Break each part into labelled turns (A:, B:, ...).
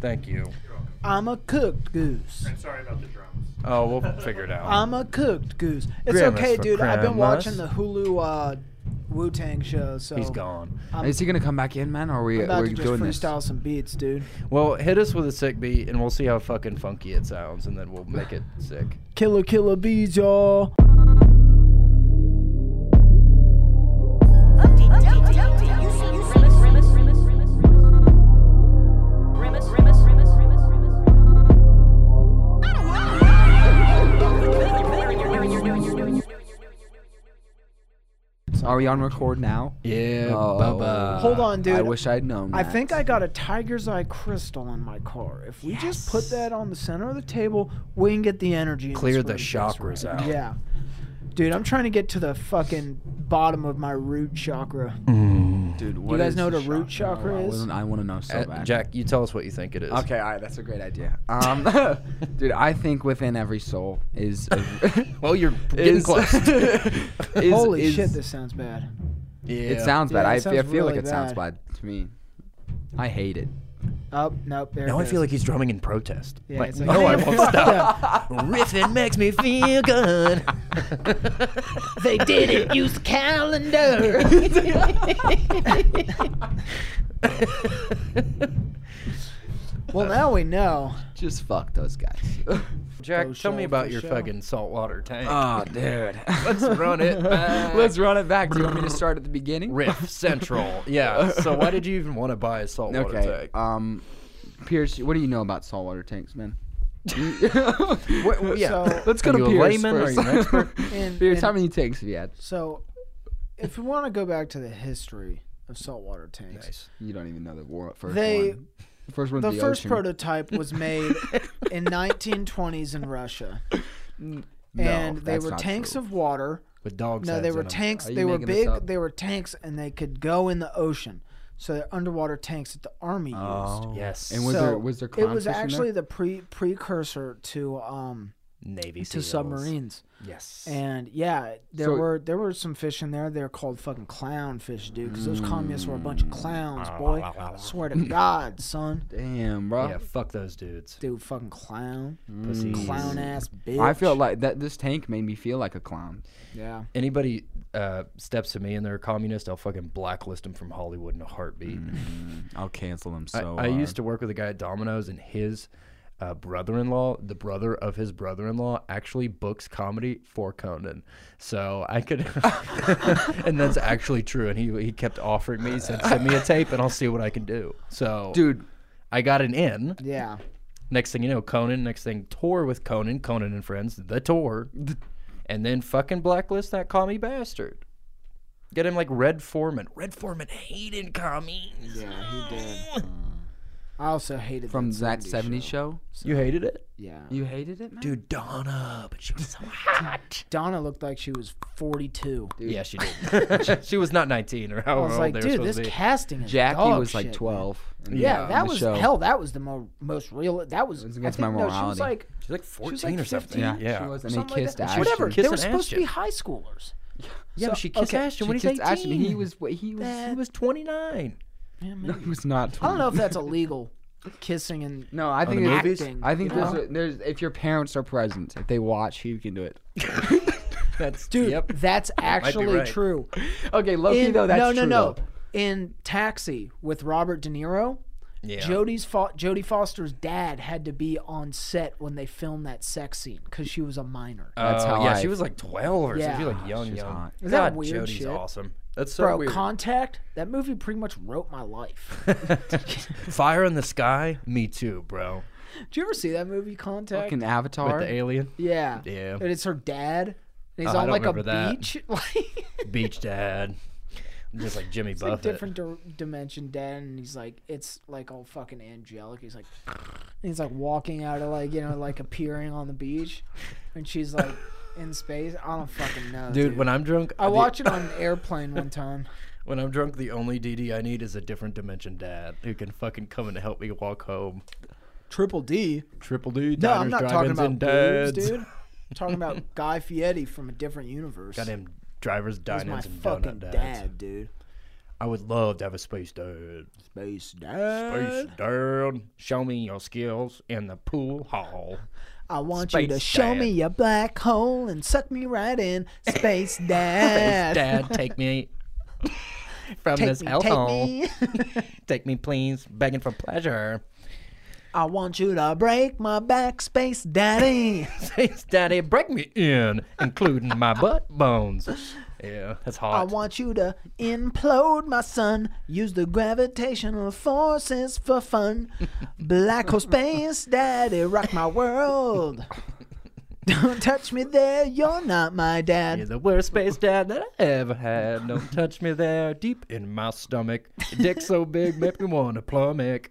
A: Thank you.
B: I'm a cooked goose.
C: And sorry about the drums.
A: Oh, we'll figure it out.
B: I'm a cooked goose. It's
A: Grimace
B: okay,
A: for
B: dude. I've been
A: Christmas.
B: watching the Hulu uh, Wu Tang show, so
A: He's gone.
B: I'm,
D: Is he gonna come back in, man? Or are we
B: I'm about
D: we're
B: to just
D: doing this?
B: freestyle some beats, dude.
A: Well, hit us with a sick beat, and we'll see how fucking funky it sounds, and then we'll make it sick.
B: Killer, killer bees, y'all.
D: Are we on record now?
A: Yeah,
D: Oh.
A: Bubba.
B: Hold on, dude.
D: I wish I'd known.
B: I
D: that.
B: think I got a tiger's eye crystal in my car. If we just put that on the center of the table, we can get the energy. in this
A: Clear the
B: room just
A: chakras
B: right.
A: out.
B: Yeah, dude, I'm trying to get to the fucking bottom of my root chakra.
D: Dude, what
B: you guys
D: is
B: know what
D: the
B: a root chakra
D: I,
B: is?
D: wasn't- I want to know so
A: Uh,
D: bad.
A: Jack, you tell us what you think it is.
D: Okay, all right, that's a great idea. Um, dude, I think within every soul is a,
A: Well, you're getting
D: is-
A: close.
D: is-
B: Holy
D: is-
B: shit, this sounds bad.
A: yeah.
D: It sounds bad.
B: Yeah, it
D: I,
B: sounds
D: I feel like
B: really
D: it sounds
B: bad.
D: bad to me. I hate it.
B: Oh nope. There
A: Now I
B: it
A: feel
B: is.
A: like he's drumming in protest.
B: Yeah,
A: like,
B: it's like,
A: no, I
B: "Man,
A: won't
B: fuck
A: stop. Riffing makes me feel good.
B: They didn't use calendar. well, now we know.
D: Just fuck those guys.
A: Jack,
B: For
A: tell me
B: show,
A: about
B: for
A: your
B: show.
A: fucking saltwater tank.
D: oh, dude.
A: Let's run it back.
D: Let's run it back. Do you want me to start at the beginning?
A: Riff Central. Yeah. So why did you even want to buy a saltwater
D: Okay.
A: tank?
D: Um, Pierce, what do you know about saltwater tanks, man?
A: What- what- yeah.
B: so-
D: Let's go
A: Are
D: to
A: you a
D: Pierce
A: layman? Are
D: first.
A: you an expert?
B: And-
D: Pierce,
B: and-
D: how many tanks have you had?
B: So, if we want to go back to the history of saltwater tanks,
A: Nice.
D: You don't even know the war first
B: They-
D: one. The first one's
B: the
D: the,
B: first
D: ocean.
B: prototype was made in 1920s in Russia,
D: No,
B: and they
D: that's
B: were
D: not
B: tanks
D: true.
B: of water.
A: With dogs.
B: No, they
A: heads
B: were
A: in 'em.
B: tanks.
D: Are you
B: They were
D: making this
B: big.
D: up?
B: They were tanks, and they could go in the ocean. So they're underwater tanks that the army used.
A: Yes.
D: And Oh. was
B: so
D: there was there
B: It was
D: conscripts in there?
B: actually the pre precursor to um
A: Navy
B: to
A: SEALs.
B: submarines.
A: Yes.
B: And yeah, there
D: So-
B: were there were some fish in there. They're called fucking clownfish, dude, because those communists were a bunch of clowns,
A: Mm.
B: boy.
A: Ah,
B: Swear to God, son,
D: Damn, bro.
A: yeah. Fuck those dudes.
B: dude, fucking clown,
A: Pussies.
B: clown ass bitch.
D: Mm. I feel like that. This tank made me feel like a clown.
B: yeah,
A: Anybody uh, steps to me and they're a communist, I'll fucking blacklist them from Hollywood in a heartbeat.
D: I'll cancel him.
A: I,
D: So
A: I used to work with a guy at Domino's, and his uh, brother-in-law, the brother of his brother-in-law, actually books comedy for Conan. So I could, and that's actually true. And he he kept offering me, he said, "Send me a tape, and I'll see what I can do." So,
D: dude.
A: I got an in.
B: yeah.
A: Next thing you know, Conan. Next thing, tour with Conan, Conan and Friends, the tour, and then fucking blacklist that commie bastard. Get him like Red Foreman. Red Foreman hated commies.
B: Yeah, he did. I also hated
D: From that
B: 70s
D: 70s show.
A: You hated it.
B: Yeah,
D: you hated it, man.
A: Dude, Donna, but she was so hot.
B: Donna looked like she was 42.
A: Yeah, she did. she, she was not 19 or
B: I
A: however
B: was
A: old
B: like,
A: Oh, they
B: dude,
A: were supposed
B: this
A: to be.
B: casting is
D: Jackie
B: dog
D: was like
B: shit,
D: 12. in-
B: Yeah,
D: on
B: that
D: the
B: was
D: show.
B: hell. That was the mo- most real. That was,
D: was against
B: I
D: my
B: think, No, she was
D: morality.
B: like
A: She's like 14
B: like,
A: or something.
B: 15.
D: Yeah,
A: Yeah,
D: she was, and
B: something
D: he
B: like
D: kissed
B: that.
D: Ashton.
B: Whatever.
A: Kissing
B: they were supposed to be
A: Ashton.
B: high schoolers.
A: Yeah, but
B: So-
A: she kissed
B: okay,
A: Ashton
D: She
A: when he's
D: kissed
A: 18.
D: Ashton, and he was wait, he was
A: he was 29.
B: Yeah,
D: no,
B: maybe.
D: he was not.
B: I don't know if that's illegal. Kissing and
D: No, I think
A: the
D: it-
A: movies?
B: Acting,
D: I think
B: you
D: there's,
B: know?
D: a, there's if your parents are present, if they watch, you can do it.
A: That's
B: dude,
A: Yep.
B: that's actually
A: right.
B: true.
D: Okay, Loki
B: In-
D: though that's
B: no, no,
D: true,
B: no.
D: though.
B: In Taxi with Robert De Niro,
A: Yeah.
B: Jodie's fo- Jodie Foster's dad had to be on set when they filmed that sex scene because she was a minor.
D: That's
A: Oh,
D: how
A: Yeah,
D: I-
A: she was like 12 or something. She was
B: Yeah.
A: like young,
D: She's
A: young.
D: hot.
B: Is that
A: God,
B: weird
A: Jody's
B: shit?
A: awesome. That's so
B: Bro,
A: weird.
B: Contact. That movie pretty much wrote my life.
A: Fire in the sky. Me too, bro.
B: Did you ever see that movie, Contact?
D: Fucking Avatar.
A: With the alien
B: yeah.
A: Yeah.
B: And it's her dad. And he's
A: Oh, I
B: on
A: don't
B: like a
A: remember that.
B: beach, like
A: beach dad, just like Jimmy
B: like
A: Buffett.
B: different di- dimension dad, and he's like, it's like all fucking angelic. He's like, and he's like walking out of like you know like appearing on the beach, and she's like in space. I don't fucking know,
A: dude, when I'm drunk,
B: I
A: the-
B: watched it on an airplane one time.
A: When I'm drunk, the only DD I need is a different dimension dad who can fucking come and help me walk home.
B: Triple D.
A: Triple D.
B: No, I'm
A: diners,
B: not talking
A: drive-ins,
B: about
A: and
B: boobs,
A: dads.
B: dude. I'm talking about Guy Fieri from a different universe.
A: Goddamn drivers,
B: He's my
A: diners, and donut
B: fucking
A: dads.
B: dad, dude.
A: I would love to have a space dad.
D: Space
A: Space dad, show me your skills in the pool hall.
B: I want you to
A: Space
B: show
A: Dad.
B: me your black hole and suck me right in, space dad.
A: Dad, take me from
B: Take
A: this
B: me, take
A: hellhole.
B: me.
A: Take me, please, begging for pleasure.
B: I want you to break my back, space daddy.
A: Space daddy, break me in, including my butt bones. Yeah, that's
B: I
A: hot.
B: want you to implode my son. Use the gravitational forces for fun. Black hole space daddy, rock my world. Don't touch me there, you're not my
A: You're
B: dad.
A: the worst space dad that I ever had. Don't touch me there, deep in my stomach. Dick so big, make me want to plummet.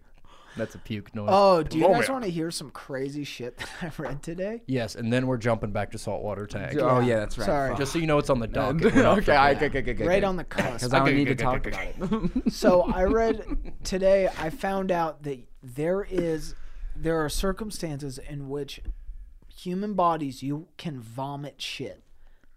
A: That's a puke noise.
B: Oh, do you guys
A: Plummet.
B: want to hear some crazy shit that I read today?
A: Yes, and then we're jumping back to saltwater tank.
D: Oh yeah, that's right.
B: Sorry.
D: Fuck.
A: Just so you know, it's on the
D: Uh,
A: dock.
D: okay, I, okay, okay, okay,
B: Right
D: okay.
B: on the cusp.
D: Because I don't
A: Okay,
D: need to
A: okay,
D: talk
A: okay,
D: about it.
B: So I read today. I found out that there is there are circumstances in which human bodies you can vomit shit.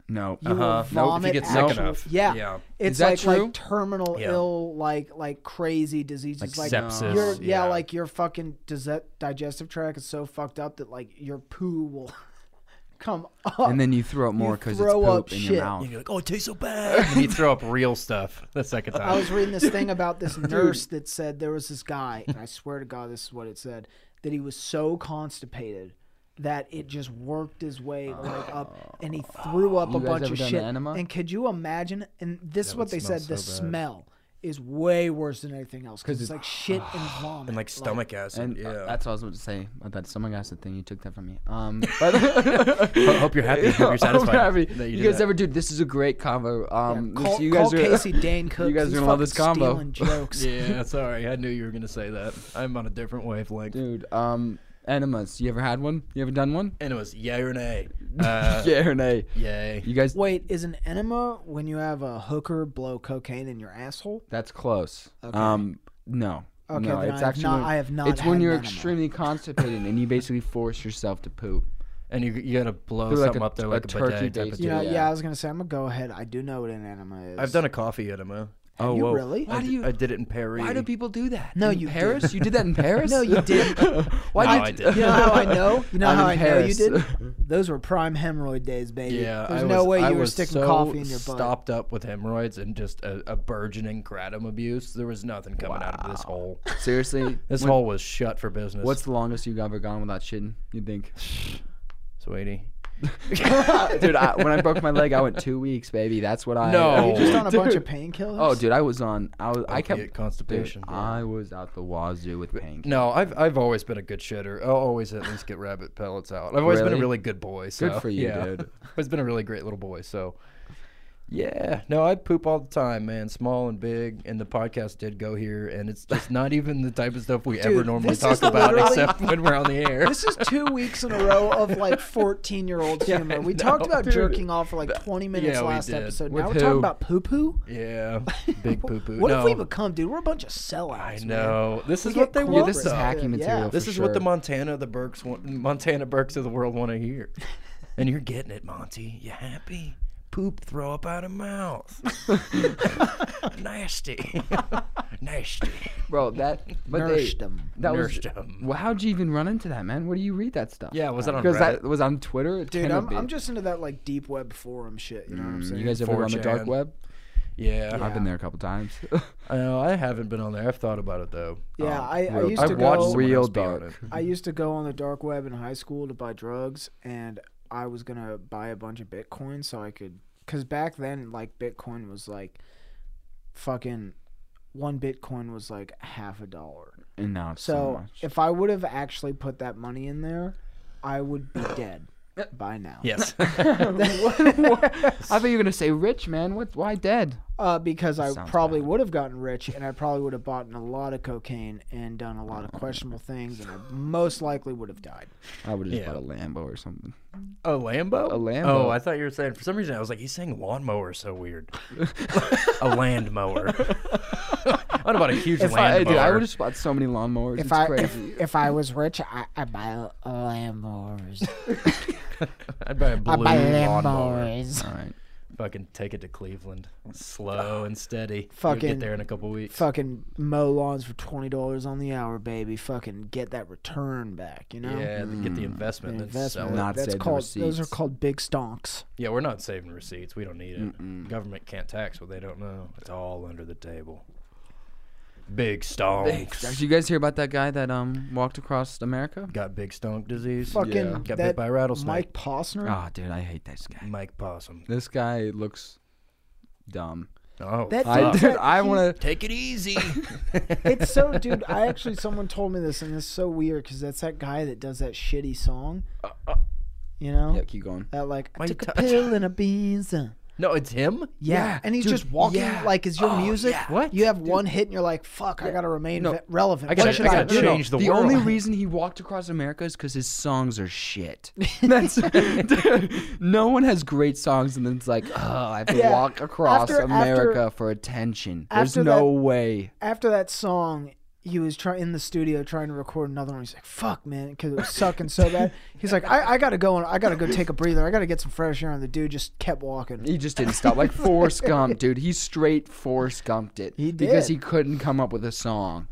D: no.
B: You will
A: Uh-huh. Nope, if you
B: vomit.
A: get sick
B: actual-
A: enough.
B: Yeah.
A: Yeah.
B: It's
D: Is that
B: like,
D: true?
B: like terminal
A: Yeah.
B: ill, like like crazy diseases,
A: Like
B: like,
A: sepsis,
B: Your, yeah.
A: yeah.
B: like your fucking dis- digestive tract is so fucked up that like your poo will come up.
D: And then you throw up more because it's
B: throw up
D: poop in
B: shit.
D: your mouth.
A: You're like, oh, it tastes so bad. and you throw up real stuff the second
B: I
A: time.
B: was reading this thing about this nurse that said there was this guy, and I swear to God, this is what it said that he was so constipated that it just worked his way like
A: Oh.
B: up, and he threw up a
D: You guys
B: bunch
D: ever
B: of
D: done
B: shit.
D: enema?
B: And could you imagine? And this is
A: That
B: what
A: would
B: they
A: smell
B: said: the
A: so bad.
B: smell is way worse than anything else because it's, like shit and vomit,
A: And like stomach acid.
D: And
A: yeah.
D: uh, that's what I was about to say. I bet someone asked the thing. You took that from me. Um, but
A: Ho- hope you're happy. Hope you're satisfied.
D: I'm happy.
A: that
D: you
A: did
D: guys
A: that.
D: ever, dude? This is a great combo.
B: Yeah,
D: Um, this-
B: call,
D: you guys
B: call
D: are
B: Casey Dane Cook.
D: guys are
B: He's
D: gonna love this
B: fucking
D: combo.
B: stealing jokes.
A: Yeah, sorry. I knew you were going to say that. I'm on a different wavelength.
D: dude. Um, enemas. You ever had one? You ever done one?
A: And it was yay or nay. Uh,
D: yeah or nay?
A: Yay.
D: You guys.
B: Wait, is an enema when you have a hooker blow cocaine in your asshole?
D: That's close.
B: Okay.
D: Um, no.
B: Okay,
D: no,
B: then
D: it's
B: I have
D: actually
B: not-
D: when-
B: I have not
D: It's when
B: had
D: you're
B: an enema.
D: extremely constipated and you basically force yourself to poop.
A: And you, you got to blow
D: Feel like
A: something
D: a-
A: up there
D: a
A: like a,
D: turkey
A: bidet type of
D: baster.
B: You
A: deal.
B: know,
D: Yeah.
B: yeah. I was gonna say I'm gonna go ahead. I do know what an enema is.
A: I've done a coffee enema.
B: Have
D: oh,
B: you
D: whoa.
B: really?
D: Why do you?
A: I did it in Paris.
D: Why do people do that?
B: No,
D: in
B: you
D: Paris.
B: didn't.
D: You did that in Paris.
B: No, you didn't.
D: Why
A: No,
D: did
A: I
D: you-
A: didn't.
B: You know how I know? You know
D: I'm
B: how
D: in
B: I
D: Paris.
B: know you did? Those were prime hemorrhoid days, baby.
A: Yeah,
B: There's
A: I
B: no
A: was,
B: way
A: I
B: you were
A: was
B: sticking
A: so
B: coffee in your butt.
A: stopped up with hemorrhoids and just a, a burgeoning kratom abuse. There was nothing coming out of this hole.
D: Seriously,
A: This hole was shut for business.
D: what's the longest you've ever gone without shitting? You think?
A: sweetie?
D: dude, I, when I broke my leg, I went two weeks, baby. That's what I.
A: No.
B: Were you just on a bunch
D: Dude.
B: of painkillers?
D: Oh, dude, I was on. I was. I
A: Opiate
D: kept
A: constipation.
D: Dude, I was out the wazoo with pain.
A: No, I've I've always been a good shitter. I'll always at least get rabbit pellets out. I've always been a
D: Really?
A: really good boy. So,
D: Good for you,
A: yeah.
D: dude.
A: always been a really great little boy. So, yeah. No, I poop all the time, man. Small and big. And the podcast did go here, and it's just not even the type of stuff we ever
B: Dude,
A: normally
B: this
A: talk
B: is
A: about,
B: literally-
A: except when we're on the air.
B: This is two weeks in a row of like 14 year old humor. We talked
A: know,
B: about
A: dude.
B: jerking off for like 20 minutes
A: yeah, we
B: last
A: did.
B: episode.
D: With
B: now we're talking
D: who?
B: about poo poo.
A: Yeah, big poo poo.
B: What
A: no,
B: have we become, dude? We're a bunch of sellouts.
A: I
B: man.
A: know. This
B: We
A: is
B: get
A: what they
B: corporate.
A: want.
D: this is
A: though.
D: hacky
B: Yeah.
D: material.
A: This
D: Oh, for
A: is what the
D: sure.
A: Montana the Burks want, Montana Burks of the world want to hear. And you're getting it, Monty. You happy? Poop, throw up out of mouth. Nasty. Nasty.
D: bro. That but they,
B: Nursed 'em.
D: that was.
A: Nursed 'em.
D: Well, how'd you even run into that, man? Where do you read that stuff?
A: Yeah, was that on
D: Because
A: Reddit?
D: that was on Twitter. It
B: Dude,
D: cannot
B: I'm,
D: be.
B: I'm just into that like deep web forum shit. You know
A: Mm,
B: what I'm saying?
D: Mm, You guys ever been on the dark
A: 4chan.
D: web?
A: Yeah.
D: I've been there a couple times.
A: I know. I haven't been on there. I've thought about it though.
B: yeah,
A: Um,
B: I, I
D: real-
B: used
A: I
B: to
A: watched
B: go.
A: someone
D: Real
A: else be on
D: dark.
A: it.
B: I used to go on the dark web in high school to buy drugs, and I was gonna buy a bunch of Bitcoin so I could, cause back then like Bitcoin was like, fucking, one Bitcoin was like half a dollar.
D: and now it's so,
B: So
D: much.
B: if I would have actually put that money in there, I would be dead by now.
A: Yes.
D: I thought you were gonna say rich, man. What? Why dead?
B: Uh, because I
D: Sounds
B: probably would have gotten rich, and I probably would have bought a lot of cocaine and done a lot
D: Uh-huh.
B: of questionable things, and I most likely would have died.
D: I would have just
A: Yeah.
D: bought a Lambo or something.
A: a Lambo?
D: A Lambo.
A: Oh, I thought you were saying, for some reason, I was like, he's saying lawnmower so weird. a land mower. what about a huge
D: If I,
A: land
D: dude, I
A: mower?
D: would have bought so many lawnmowers.
B: If
D: it's
B: I if,
D: crazy.
B: if I was rich, I I buy lawnmowers.
A: I'd buy a blue
B: I buy
A: lawnmower.
B: lawnmowers.
D: All right.
A: Fucking take it to Cleveland, slow and steady. You'll
B: Fucking-
A: get there in a couple weeks.
B: Fucking mow lawns for twenty dollars on the hour, baby. Fucking get that return back, you know.
A: Yeah, th- get the
D: Mm.
B: The
A: investment. then sell
B: investment.
A: it.
D: Not save
B: That's
D: the
B: called. Those are
D: receipts.
B: called big stonks.
A: Yeah, we're not saving receipts. We don't need it.
D: Mm-mm.
A: Government can't tax what they don't know. It's all under the table. Big stonks.
D: Did you guys hear about that guy that um walked across America?
A: Got big stonk disease.
B: Fucking
D: Yeah.
A: Got bit
B: that
A: by a rattlesnake.
B: Mike Posner.
D: Oh, dude, I hate this guy.
A: Mike, Possum.
D: This guy looks dumb.
A: Oh,
B: That
D: I,
A: fuck.
B: dude-
D: dude, I
B: he-
D: want to.
A: take it easy.
B: it's so, dude. I actually someone told me this, and it's so weird because that's that guy that does that shitty song.
A: Uh,
B: You know
D: Yeah, keep going.
B: that like I
A: Why you
B: took a
A: t-
B: pill and a beans. uh,
A: no, it's him.
B: Yeah.
D: Yeah,
B: and he's
D: dude,
B: just walking
D: yeah.
B: like is your
D: Oh,
B: music.
D: yeah.
A: What?
B: You have one hit and you're like, fuck, I gotta remain
D: No.
B: ve- relevant.
A: I gotta-
B: what should
A: I
B: I,
A: gotta
B: do?
A: change the world.
D: only reason he walked across America is because his songs are shit. That's dude, no one has great songs, and then it's like, oh, I have to
B: Yeah.
D: walk across
B: After- after-
D: America for attention. There's
B: after
D: no way.
B: After that song, he was trying in the studio trying to record another one. He's like, fuck, man, because it was sucking so bad. He's like, I, I gotta go and I gotta go take a breather. I gotta get some fresh air. And the dude just kept walking.
D: He just didn't stop. Like Forrest Gump, dude. He straight Forrest Gumped it.
B: He
D: because
B: did.
D: he couldn't come up with a song.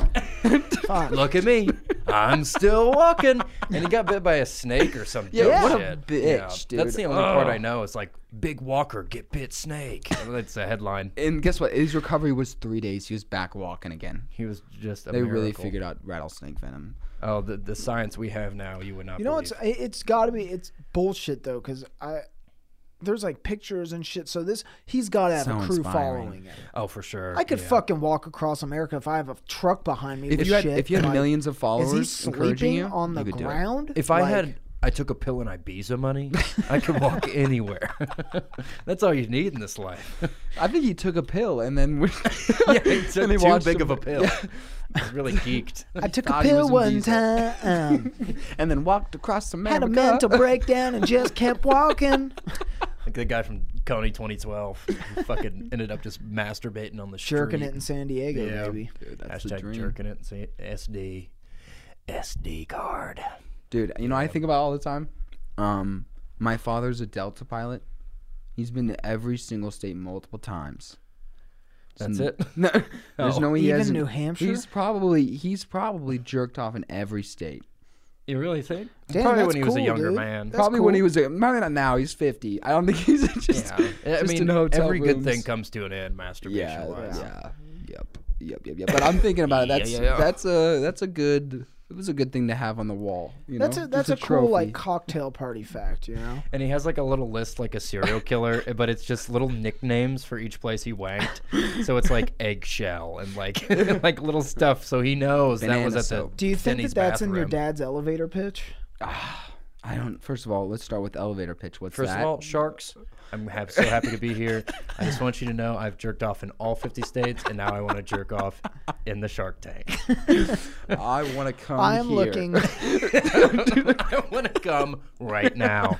B: Fuck.
A: Look at me. I'm still walking. And he got bit by a snake or something.
D: Yeah, what a bitch, dude.
A: That's the only part
D: Ugh.
A: I know. It's like big walker get bit snake. That's the headline.
D: And guess what? His recovery was three days. He was back walking again.
A: He was just a
D: They really
A: miracle.
D: figured out rattlesnake venom.
A: Oh, the, the science we have now, you would not.
B: You know
A: believe.
B: it's it- it's got to be it's bullshit though because I there's like pictures and shit. So this he's got to have
D: So
B: a crew
D: inspiring.
B: following it.
A: Oh, for sure.
B: I could
A: yeah.
B: fucking walk across America if I have a truck behind me.
D: If
B: with
D: you had,
B: shit,
D: if you had
B: like,
D: millions of
B: is he
D: followers encouraging
B: sleeping
D: you,
B: on the
D: you could do it.
B: ground?
A: If I
B: Like,
A: had, I took a pill and Ibiza money, I could walk anywhere. That's all you need in this life.
D: I think he took a pill and then we,
A: yeah, it's
D: and he
A: too
D: watched
A: big of
D: him-
A: a pill. He's really geeked.
B: I took a
D: thought he
B: pill
D: was in
B: one
D: Ibiza.
B: time,
D: and then walked across America.
B: had a mental breakdown, and just kept walking.
A: Like the guy from Coney 2012, who fucking ended up just masturbating on the
B: Jerking
A: street.
B: it in San Diego,
A: Yeah.
B: baby.
D: Dude, that's the
A: Hashtag
D: dream.
A: jerking it. See, SD, SD card.
D: Dude, you know what I think about all the time. Um, my father's a Delta pilot. He's been to every single state multiple times.
A: That's
D: So-
A: it.
D: No, there's
A: Oh.
D: no way he
B: Even
D: hasn't-
B: New Hampshire?
D: He's probably he's probably jerked off in every state.
A: You really think?
B: Damn,
A: Probably
B: that's
A: when he was a
B: cool,
A: younger
B: dude.
A: man.
B: That's
D: probably when
B: cool.
D: he was a, probably not now. He's 50. I don't think he's just.
A: Yeah. I
D: just
A: mean,
D: in hotel
A: every good thing
D: rooms.
A: comes to an end, masturbation
D: yeah,
A: wise.
D: yeah, yep, yep, yep, yep. But I'm thinking about it.
A: Yeah,
D: That's
A: yeah, yeah.
D: that's a that's a good. It was a good thing to have on the wall. You
B: That's
D: know?
B: a that's a,
D: Just
B: cool like
D: trophy.
B: cocktail party fact, you know.
A: And he has like a little list, like a serial killer, but it's just little nicknames for each place he wanked. So it's like eggshell and like like little stuff. So he knows that
D: Banana
A: was at
D: soap.
A: the.
B: Do you think
A: Denny's
B: that that's in your
A: bathroom.
B: dad's elevator pitch?
D: Ah, I don't. First of all, let's start with elevator pitch. What's
A: First
D: that?
A: of all, sharks. I'm ha- so happy to be here. I just want you to know I've jerked off in all 50 states, and now I want to jerk off in the Shark Tank.
D: I want to come.
B: I'm
D: here.
B: looking.
A: I want to come right now.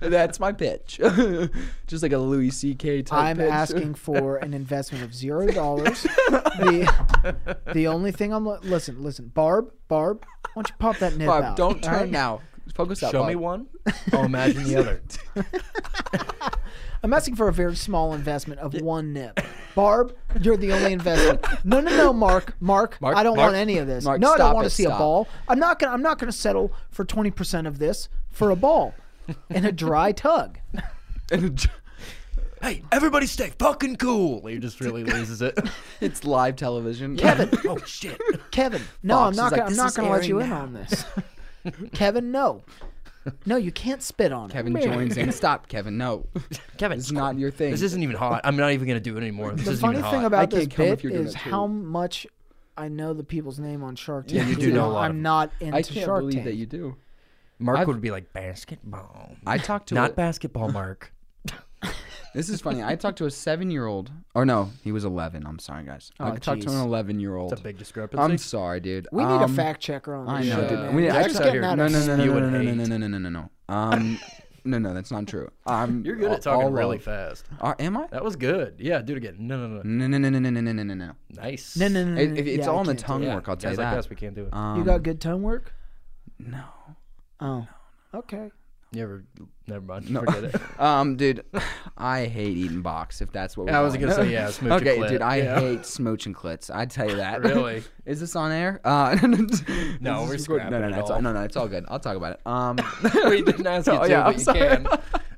D: That's my pitch. Just like a Louis C.K. type.
B: I'm
D: pitch.
B: asking for an investment of zero dollars. the, the only thing I'm li- listen, listen, Barb, Barb, why don't you pop that nip
D: Bob,
B: out?
D: don't turn
B: all right?
D: now. Focus up.
A: Show me
D: Bob.
A: one. I'll imagine the other.
B: I'm asking for a very small investment of one nip. Barb, you're the only investment. No, no, no, Mark, Mark,
D: Mark,
B: I don't
D: Mark,
B: want any of this.
D: Mark,
B: no, I don't
D: stop
B: want
D: it,
B: to see a
D: stop.
B: ball. I'm not gonna, I'm not gonna settle for 20% of this for a ball and a dry tug.
A: Hey, everybody, stay fucking cool. He just really loses it.
D: it's live television.
B: Kevin,
A: oh shit.
B: Kevin, no,
D: Fox
B: I'm
D: is
B: not.
D: like,
B: gonna, I'm
D: "This
B: not
D: is
B: going to let
D: airing
B: you in
D: now."
B: on this. Kevin, no, no, you can't spit on it.
D: Kevin
B: Come here.
D: joins in. Stop, Kevin. No.
A: Kevin,
D: It's not your thing.
A: This isn't even hot. I'm not even gonna do it anymore. This
B: The
A: isn't
B: funny
A: even
B: thing
A: hot.
B: about
D: I
B: this
D: can't come if
B: bit
D: you're doing
B: is
D: that too.
B: how much I know the people's name on Shark Tank.
A: you do
B: because
A: know a lot of
B: I'm
A: them.
B: not into
D: I can't
B: Shark
D: believe
B: Tank.
D: that you do.
A: Mark
D: I've-
A: would be like basketball.
D: I talked to
A: not
D: a-
A: basketball, Mark.
D: This is funny. I talked to a seven-year-old. Or no, he was 11. I'm sorry, guys. I
B: Oh,
D: talked to an
B: jeez.
D: 11-year-old.
A: It's a big discrepancy.
D: I'm sorry, dude.
B: we need
D: Um,
B: a fact checker on
D: I
B: this
D: know,
B: show,
A: shit,
D: dude.
B: man.
D: We need,
B: We're
D: I
B: just
D: tried-
B: getting
D: no,
B: out
D: no,
B: of
D: no, no, no,
A: spewing
D: no, no, no,
A: hate.
D: no, no, no, no, no, no. Um, no, no, that's not true. Um,
A: You're good
D: all-
A: at talking
D: all
A: really
D: of-
A: fast.
D: Are- am I?
A: That was good. Yeah, do it again. No, no, no.
D: No, no, no, no, no, no, no, no, no.
A: Nice.
B: no, no, no, no,
D: It-
B: no.
D: if it's
B: Mm, Yeah, I
D: all in the
B: can't do
D: tongue
A: Yeah,
D: work. I'll tell
A: guys
D: you
A: like
D: that.
A: us, we can't do it.
B: it.
D: Um,
B: You got good tone work?
D: no.
B: Oh, okay.
A: You ever? Never mind.
D: No.
A: Forget it.
D: Um, dude, I hate eating box. If that's what we're
A: I was
D: going.
A: gonna say, yeah, smooch and
D: okay,
A: clit,
D: dude, I
A: yeah.
D: hate smooching clits. I tell you that.
A: Really?
D: Is this on air? Uh,
A: No, we're
D: is recorded.
A: scrapping
D: no, no, no,
A: it
D: it's,
A: all.
D: no, no, it's all good. I'll talk about it. Um,
A: we didn't ask you
D: oh,
A: to,
D: yeah,
A: but
D: I'm
A: you
D: sorry.
A: can.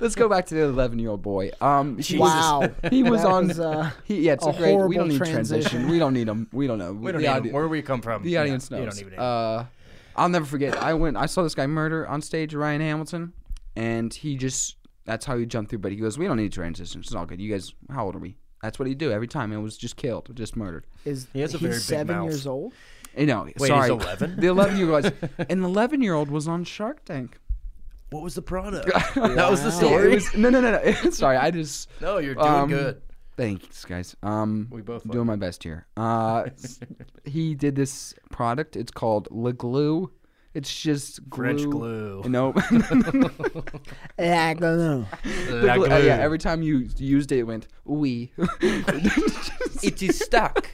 D: let's go back to the 11 year old boy. Um, he was-
B: Wow.
D: he was
B: That
D: on.
B: was, uh,
D: he, yeah, it's
B: a
D: a, great. We
B: horrible
D: don't need transition.
B: transition.
D: We don't need him. We don't know.
A: We don't
D: the
A: need
D: audi-
A: him. Where we come from,
D: The audience
A: yeah,
D: knows.
A: You don't even. Uh,
D: uh, I'll never forget. I went. I saw this guy murder on stage, Ryan Hamilton, and he just. That's how he jumped through. But he goes, "We don't need transitions. It's all good. You guys, how old are we? That's what he do every time. It was just killed, just murdered.
B: Is
A: He has a
B: he's
A: very big
B: seven
A: mouth.
B: years old?
D: You know,
A: he's
D: sorry.
A: 11?
D: The eleven year old, and the eleven year old was on Shark Tank.
A: what was the product? that was the
B: Wow.
A: story.
D: It was- no, no, no, no. sorry, I just.
A: no, you're doing
D: Um,
A: good.
D: Thanks, guys. Um,
A: We both
D: doing my best here. Uh, s- he did this product. It's called Le Glue. It's just glue.
A: French glue.
D: No,
B: Yeah, I don't know.
A: La
D: Uh, yeah,
A: glue.
D: every time you used it, it went we.
A: It is stuck.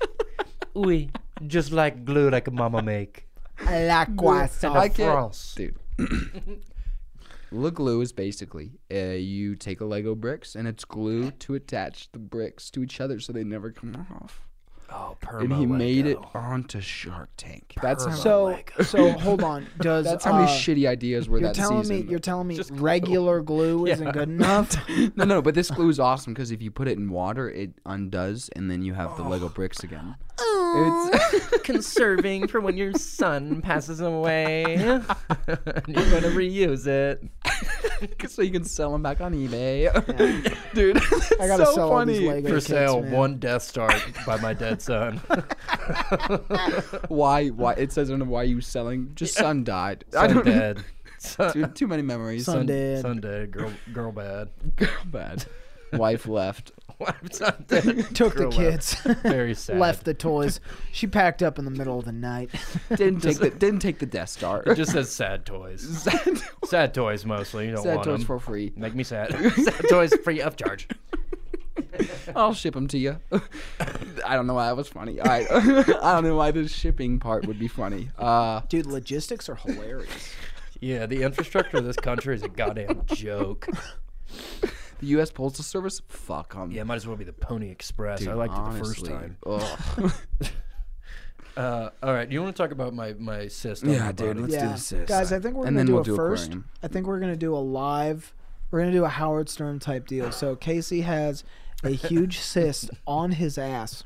A: Oui, just like glue, like mama make.
B: I like
D: I
B: croissant.
D: can't-
A: France.
D: dude. Le glue is basically uh, you take a Lego bricks and it's glue to attach the bricks to each other so they never come off.
A: Oh, perma.
D: And he made it
A: Lego.
D: onto Shark Tank. That's how,
B: So so hold on. Does
D: that's how many
B: uh,
D: shitty ideas were
B: You're
D: that
B: telling
D: season.
B: me you're telling me regular glue
A: Yeah.
B: isn't good enough.
D: no, no, but this glue is awesome because if you put it in water, it undoes, and then you have the Lego bricks again. It's
A: Oh. conserving for when your son passes away. You're going to reuse it.
D: so you can sell them back on eBay, dude. That's
B: I gotta
D: so
B: sell all
D: funny.
B: these Lego
A: For
B: kits,
A: sale,
B: man.
A: one Death Star by my dead son.
D: Why? Why? It says on the why you selling. Just son died. I
A: Son
D: don't.
A: dead. Son,
D: Too, too many memories.
B: Son
A: son
B: dead.
A: Son dead. Girl, girl bad.
D: Girl bad. Wife left.
A: son dead.
B: Took
A: girl
B: the kids.
A: Bad. Very sad.
B: Left the toys. She packed up in the middle of the night.
D: Didn't take the. Didn't take the Death Star.
A: It just says sad toys.
D: sad
A: Sad toys mostly. You don't
D: sad
A: want
D: toys
A: them.
D: for free.
A: Make me sad. sad toys free of charge.
D: I'll ship them to you. I don't know why that was funny. I, I don't know why the shipping part would be funny. Uh,
B: Dude, logistics are hilarious.
A: Yeah, the infrastructure of this country is a goddamn joke.
D: the U.S. Postal Service. Fuck them.
A: Yeah, might as well be the Pony Express. I liked it the first time. Uh, all right, you want to talk about my my cyst? on
D: Yeah,
A: my
D: dude,
A: body?
D: let's- do
B: yeah,
D: this, this.
B: guys, I think we're
D: And
B: gonna
D: then
B: do
D: we'll
B: a
D: do
B: first.
D: aquarium.
B: I think we're gonna do a live. We're gonna do a Howard Stern type deal. So Casey has a huge cyst on his ass,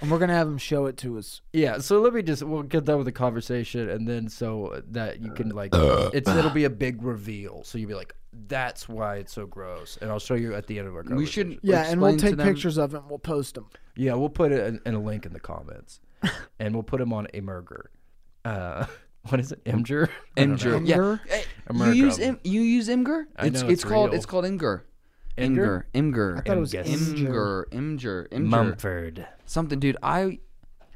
B: and we're gonna have him show it to us.
A: Yeah, so let me just we'll get done with the conversation, and then so that you can like it's it'll be a big reveal. So you'll be like, that's why it's so gross, and I'll show you at the end of our conversation.
D: We should.
B: Yeah, and we'll
D: explain to
B: take
D: them-
B: pictures of it. and We'll post them.
A: Yeah, we'll put a, an, a link in the comments, and we'll put him on a murder. Uh, what is it, Imgur? I don't know.
D: Imgur. Yeah.
B: Imgur?
D: Hey,
A: Imgur
D: You use
A: gum.
D: Im, you use Imgur?
A: I know,
D: it's
A: it's
D: called
A: real.
D: it's called Imgur.
A: Imgur?
D: Imgur. Imgur.
B: thought it was
A: Imgus.
D: Imgur. Imgur. Imgur.
A: Mumford.
D: Something, dude. I.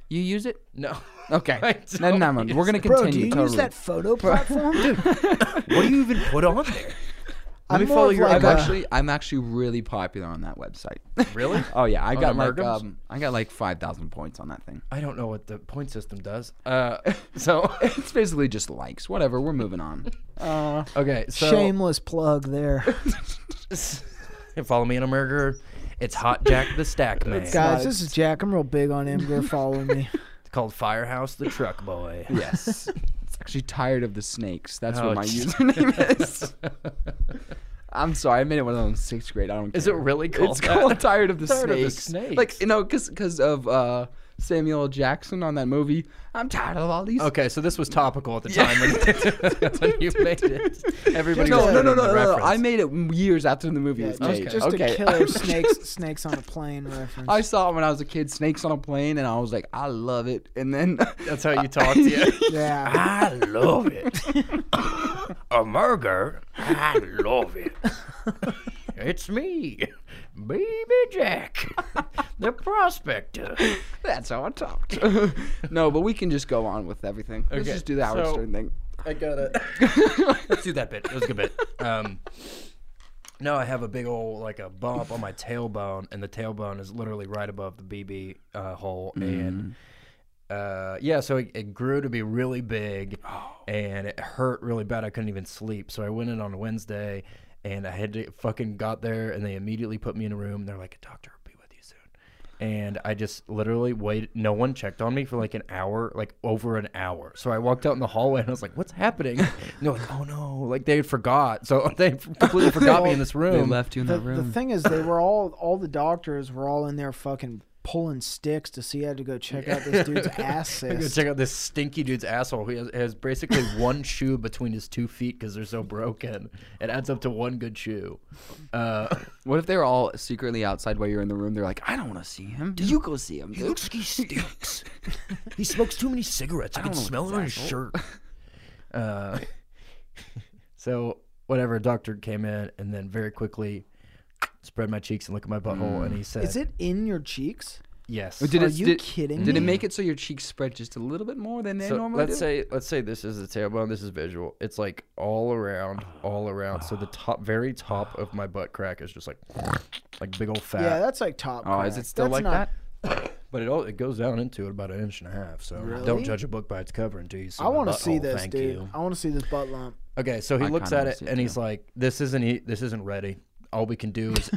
D: You use it?
A: No.
D: Okay.
A: I
D: No,
A: don't
D: no, no. We're gonna continue.
B: Bro, do you use
D: totally.
B: that photo platform? Dude,
A: What do you even put on there?
B: I'm
A: me
B: more
A: follow
B: of
A: your-
B: like
D: I've
B: a-
D: actually, I'm actually really popular on that website.
A: Really?
D: oh yeah, I got like,
A: Emergums?
D: um, I got like five thousand points on that thing.
A: I don't know what the point system does. Uh, so
D: It's basically just likes. Whatever. We're moving on. Uh,
A: okay, so
B: shameless plug there.
A: follow me on a murder. It's Hot Jack the Stack Man.
B: Guys, this is Jack. I'm real big on Imgur following me.
A: It's called Firehouse the Truck Boy.
D: yes. it's actually tired of the snakes. That's
A: Oh,
D: what my
A: geez.
D: username is. I'm sorry, I made it when I was in sixth grade. I don't.
A: Is it
D: care.
A: really called
D: It's
A: that?
D: called tired of the
A: Tired of the
D: snakes.
A: Snakes.
D: Like you know, because of uh, Samuel L. Jackson on that movie. I'm tired of all these.
A: Okay, so this was topical at the time when, when you made it. Everybody
D: No,
A: was
D: no, no, no,
A: getting the
D: no, no,
A: reference.
D: I made it years after the movie
B: Yeah,
D: was
B: just,
D: made.
B: just
D: okay.
B: a killer snakes snakes on a plane reference.
D: I saw it when I was a kid, Snakes on a Plane, and I was like, I love it. And then
A: That's how you talked. Yeah.
B: yeah.
A: I love it. a murder. I love it. It's me, Baby Jack, the prospector.
D: that's how I talked. no, but we can just go on with everything. Let's
A: Okay,
D: just do the Howard
A: so-
D: Stern thing.
A: I got it. Let's do that bit. It was a good bit. Um, now I have a big old like a bump on my tailbone, and the tailbone is literally right above the BB uh, hole, and uh, yeah, so it, it grew to be really big,
D: Oh.
A: and it hurt really bad. I couldn't even sleep, so I went in on a Wednesday, and I had to fucking got there, and they immediately put me in a room. They're like, "A doctor will be with you soon," and I just literally waited. No one checked on me for like an hour, like over an hour. So I walked out in the hallway, and I was like, "What's happening?" and they're like, "Oh no!" Like they had forgot, so they completely forgot me in this room.
D: They left you in
B: The,
D: that room.
B: the thing is, they were all all the doctors were all in there fucking pulling sticks to see how to go check out this dude's ass
A: I'm gonna
B: cyst.
A: check out this stinky dude's asshole. He has, has basically one shoe between his two feet because they're so broken. It adds up to one good shoe. Uh,
D: What if they're all secretly outside while you're in the room? They're like, I don't want to see him. You go see him. Dude.
A: he stinks. he smokes too many cigarettes. I,
D: don't
A: can
D: know
A: smell it on his
D: asshole.
A: shirt. Uh, so whatever, doctor came in and then very quickly spread my cheeks and looked at my butthole and he said,
B: Is it in your cheeks?
A: Yes.
D: Did
B: Are
D: it-
B: you
D: did-
B: kidding
D: Did
B: me?
D: it make it so your cheeks spread just a little bit more than they
A: So
D: normally
A: let's
D: do?
A: say let's say this is the tailbone. This is visual. It's like all around, all around. So the top, very top of my butt crack is just like, like big old fat.
B: yeah, that's like top.
D: oh, is
B: crack.
D: it still
B: That's
D: like
B: not-
D: that?
A: but it all it goes down into it about an inch and a half. So
B: Really?
A: don't judge a book by its cover until you see.
B: I want
A: want
B: to see this,
A: Thank
B: dude.
A: you.
B: I want to see this butt lump.
A: Okay, so he
D: I
A: looks
D: kinda
A: at
D: wanna
A: it
D: see it
A: and he's
D: too.
A: like, "This isn't e- this isn't ready. All we can do is